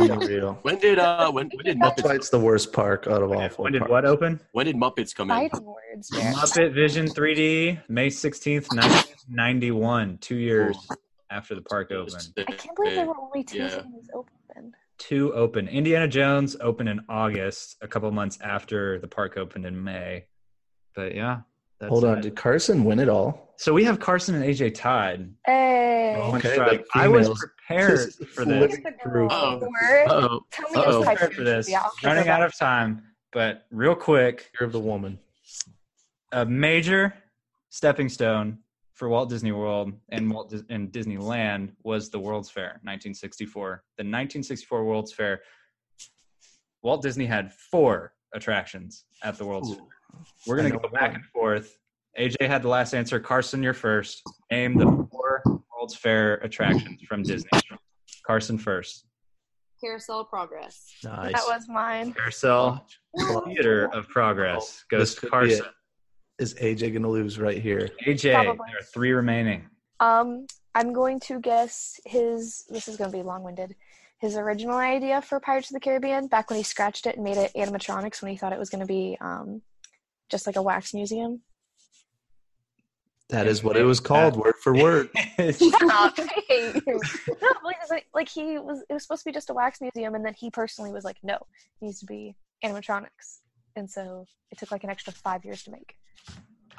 unreal.
When did uh when, when did
That's why
Muppets
it's the worst park out of all four.
When did
parks.
what open?
when did Muppets come in?
Fighting words. man.
Muppet Vision 3D, May 16th, 1991, two years after the park opened.
I can't believe there were only two
Yeah.
things open.
two open. Indiana Jones opened in August, a couple months after the park opened in May. But yeah, that's
Hold on,
it.
did Carson win it all?
So we have Carson and AJ tied.
Hey.
One
Okay,
strike.
like
I was
females.
prepared for
Look
this.
at the
Proof.
girl.
Oh.
Word.
Oh,
Tell me
I was
Uh-oh.
this type
prepared for this.
Yeah, I'll kick
Running
her
out
butt.
of time, but real quick,
Year of the woman.
a major stepping stone for Walt Disney World and Walt Dis- and Disneyland was the World's Fair, 1964. The 1964 World's Fair. Walt Disney had four attractions at the World's Fair. We're
I
gonna
know
go back
one.
and forth. AJ had the last answer. Carson, you're first. Name the four World's Fair attractions from Disney. Carson first.
Carousel of Progress.
Nice.
That was mine.
Carousel Theater of Progress goes
This
to
could be it.
Carson.
Is AJ gonna lose right here?
AJ, there
Probably.
are three remaining.
Um, I'm going to guess his. This is going to be long-winded. His original idea for Pirates of the Caribbean, back when he scratched it and made it animatronics, when he thought it was going to be um, just like a wax museum.
That is what it was called, word for word.
Stop it. no, like, it's like- like he was. It was supposed to be just a wax museum, and then he personally was like, "No, it needs to be animatronics." And so it took like an extra five years to make.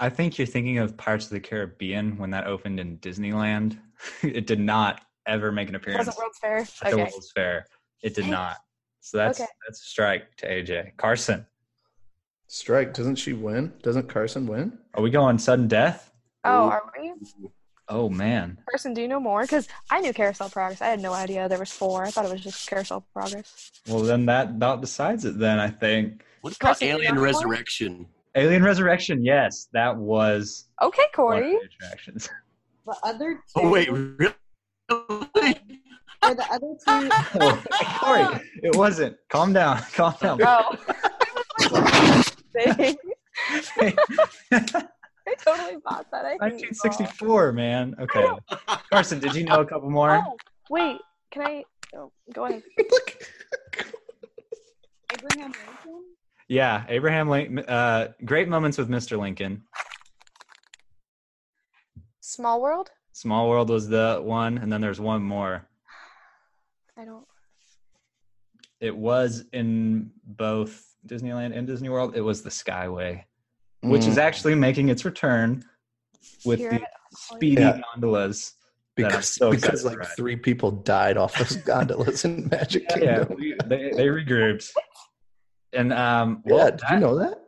I think you're thinking of Pirates of the Caribbean when that opened in Disneyland. it did not ever make an appearance
Wasn't World's Fair?
at the
Okay.
World's Fair. It did not. So that's
Okay.
that's a strike to AJ. Carson,
Strike. Doesn't she win? Doesn't Carson win?
are we going sudden death?
Oh, are we?
Oh man.
Person, do you know more? Because I knew Carousel Progress. I had no idea there was four. I thought it was just Carousel Progress.
Well then that about decides it then I think.
What about
Carson,
Alien
you want one?
Resurrection?
Alien Resurrection, yes, that was
Okay,
one of
Corey.
the attractions.
The other two.
Oh wait, really?
Or the other two.
Corey, it wasn't. Calm down. Calm down.
Oh. I totally bought that. I hate y'all.
1964, man. Okay. Carson, did you know a couple more?
Oh, wait. Can I? Oh, go ahead.
Look.
Abraham Lincoln.
Yeah, Abraham Lincoln. Uh, great moments with Mr. Lincoln.
Small World?
Small World was the one, and then there's one more.
I don't.
It was in both Disneyland and Disney World. It was the Skyway, which is
Mm,
actually making its return with
Here
the
it-
speedy
Yeah.
gondolas. that I'm
because
so excited
because like
to ride.
three people died off those gondolas in Magic
Yeah,
Kingdom. Yeah.
we- they, they regrouped. And um, well,
did you know that?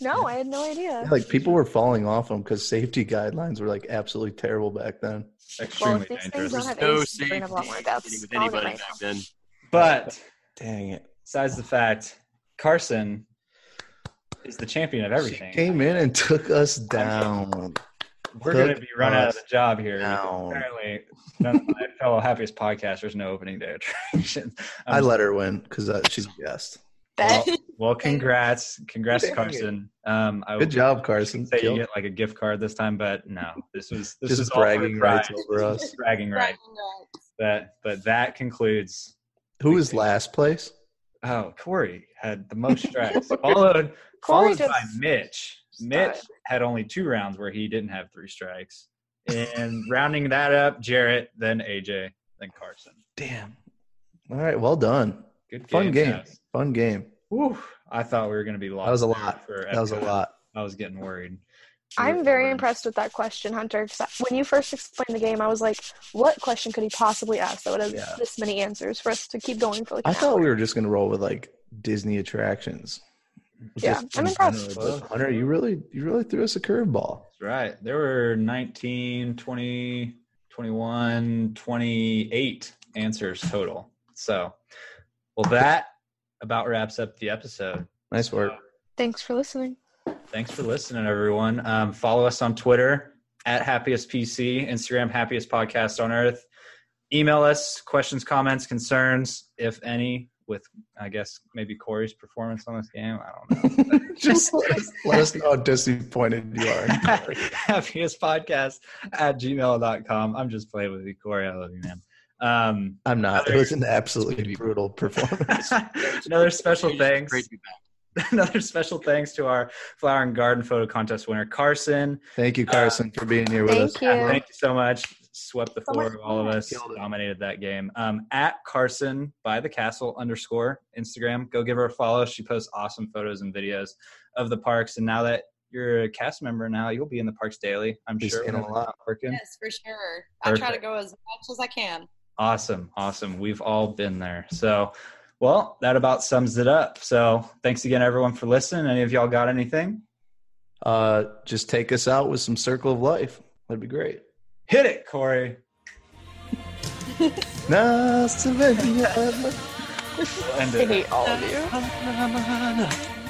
No, I had no idea.
Yeah, like people were falling off them because safety guidelines were like absolutely terrible back then.
that's
well,
extremely
if these things
dangerous.
don't have
No
AC, they're
safety
gonna have a lot more deaths.
with
I'll get
anybody
Oh my-
back then.
But
Dang it.
besides the fact, Carson is the champion of everything.
She came in and took us down.
We're going to
Took
be run out of
us
the job here. because
down.
Apparently, none of my fellow happiest podcasters know opening day attractions. Um,
I let her win because she's a guest.
well,
Bet.
well, congrats, congrats,
Dang
to
it.
Carson. Um, I
Good
would
job, Carson.
Say you
Killed-
get like a gift card this time, but no, this was this
Just
is
bragging rights over us.
Bragging rights.
Bragging rights.
That, but that concludes
Who was last place?
Oh, Corey had the most strikes, followed
Corey
followed by
just-
Mitch. Mitch had only two rounds where he didn't have three strikes, and rounding that up, Jarrett, then AJ, then Carson.
Damn. All right. Well done.
Good
Fun game.
guys.
Fun game.
Whew, I thought we were going to be lost.
That was a
there
lot.
for
That was a
Epcot.
lot.
I was getting worried.
I'm very impressed with that question, Hunter. 'cause I- when you first explained the game, I was like, "What question could he possibly ask that would have
Yeah.
this many answers for us to keep going for like?"
I
An
thought
hour?
we were just gonna roll with like Disney attractions.
Yeah,
Just
I'm
in
impressed.
general, but Hunter, you really you really threw us a curveball.
That's right. There were 19, 20, 21, 28 answers total. So, well, that about wraps up the episode.
Nice work.
Thanks for listening.
Thanks for listening, everyone. Um, follow us on Twitter at happiest PC, Instagram happiest podcast on earth. Email us questions, comments, concerns, if any, with I guess maybe Corey's performance on this game. I don't know.
just let us, let us know how disappointed you are.
happiest podcast at gmail.com. I'm just playing with you, Corey. I love you, man. Um,
I'm not. It was an absolutely brutal performance.
another special
It's great
thanks.
to be back.
Another special thanks to our flower and garden photo contest winner, Carson.
Thank you, Carson, for being here with
Thank
us.
you.
Thank you so much. Swept the
So
floor
much
of all of us.
Killed it.
Dominated that game. Um, at Carson by the castle underscore Instagram. Go give her a follow. She posts awesome photos and videos of the parks. And now that you're a cast member now, you'll be in the parks daily. I'm
She's
sure.
in a
whenever
lot.
you're Working.
Yes, for sure. I try to
Perfect.
go as much as I can.
Awesome. Awesome. We've all been there. So, well, that about sums it up. So, thanks again, everyone, for listening. Any of y'all got anything?
Uh, just take us out with some circle of life. That'd be great.
Hit it, Corey.
Nice to meet you.
We'll end
I
it.
hate all of you.
Na, na, na, na.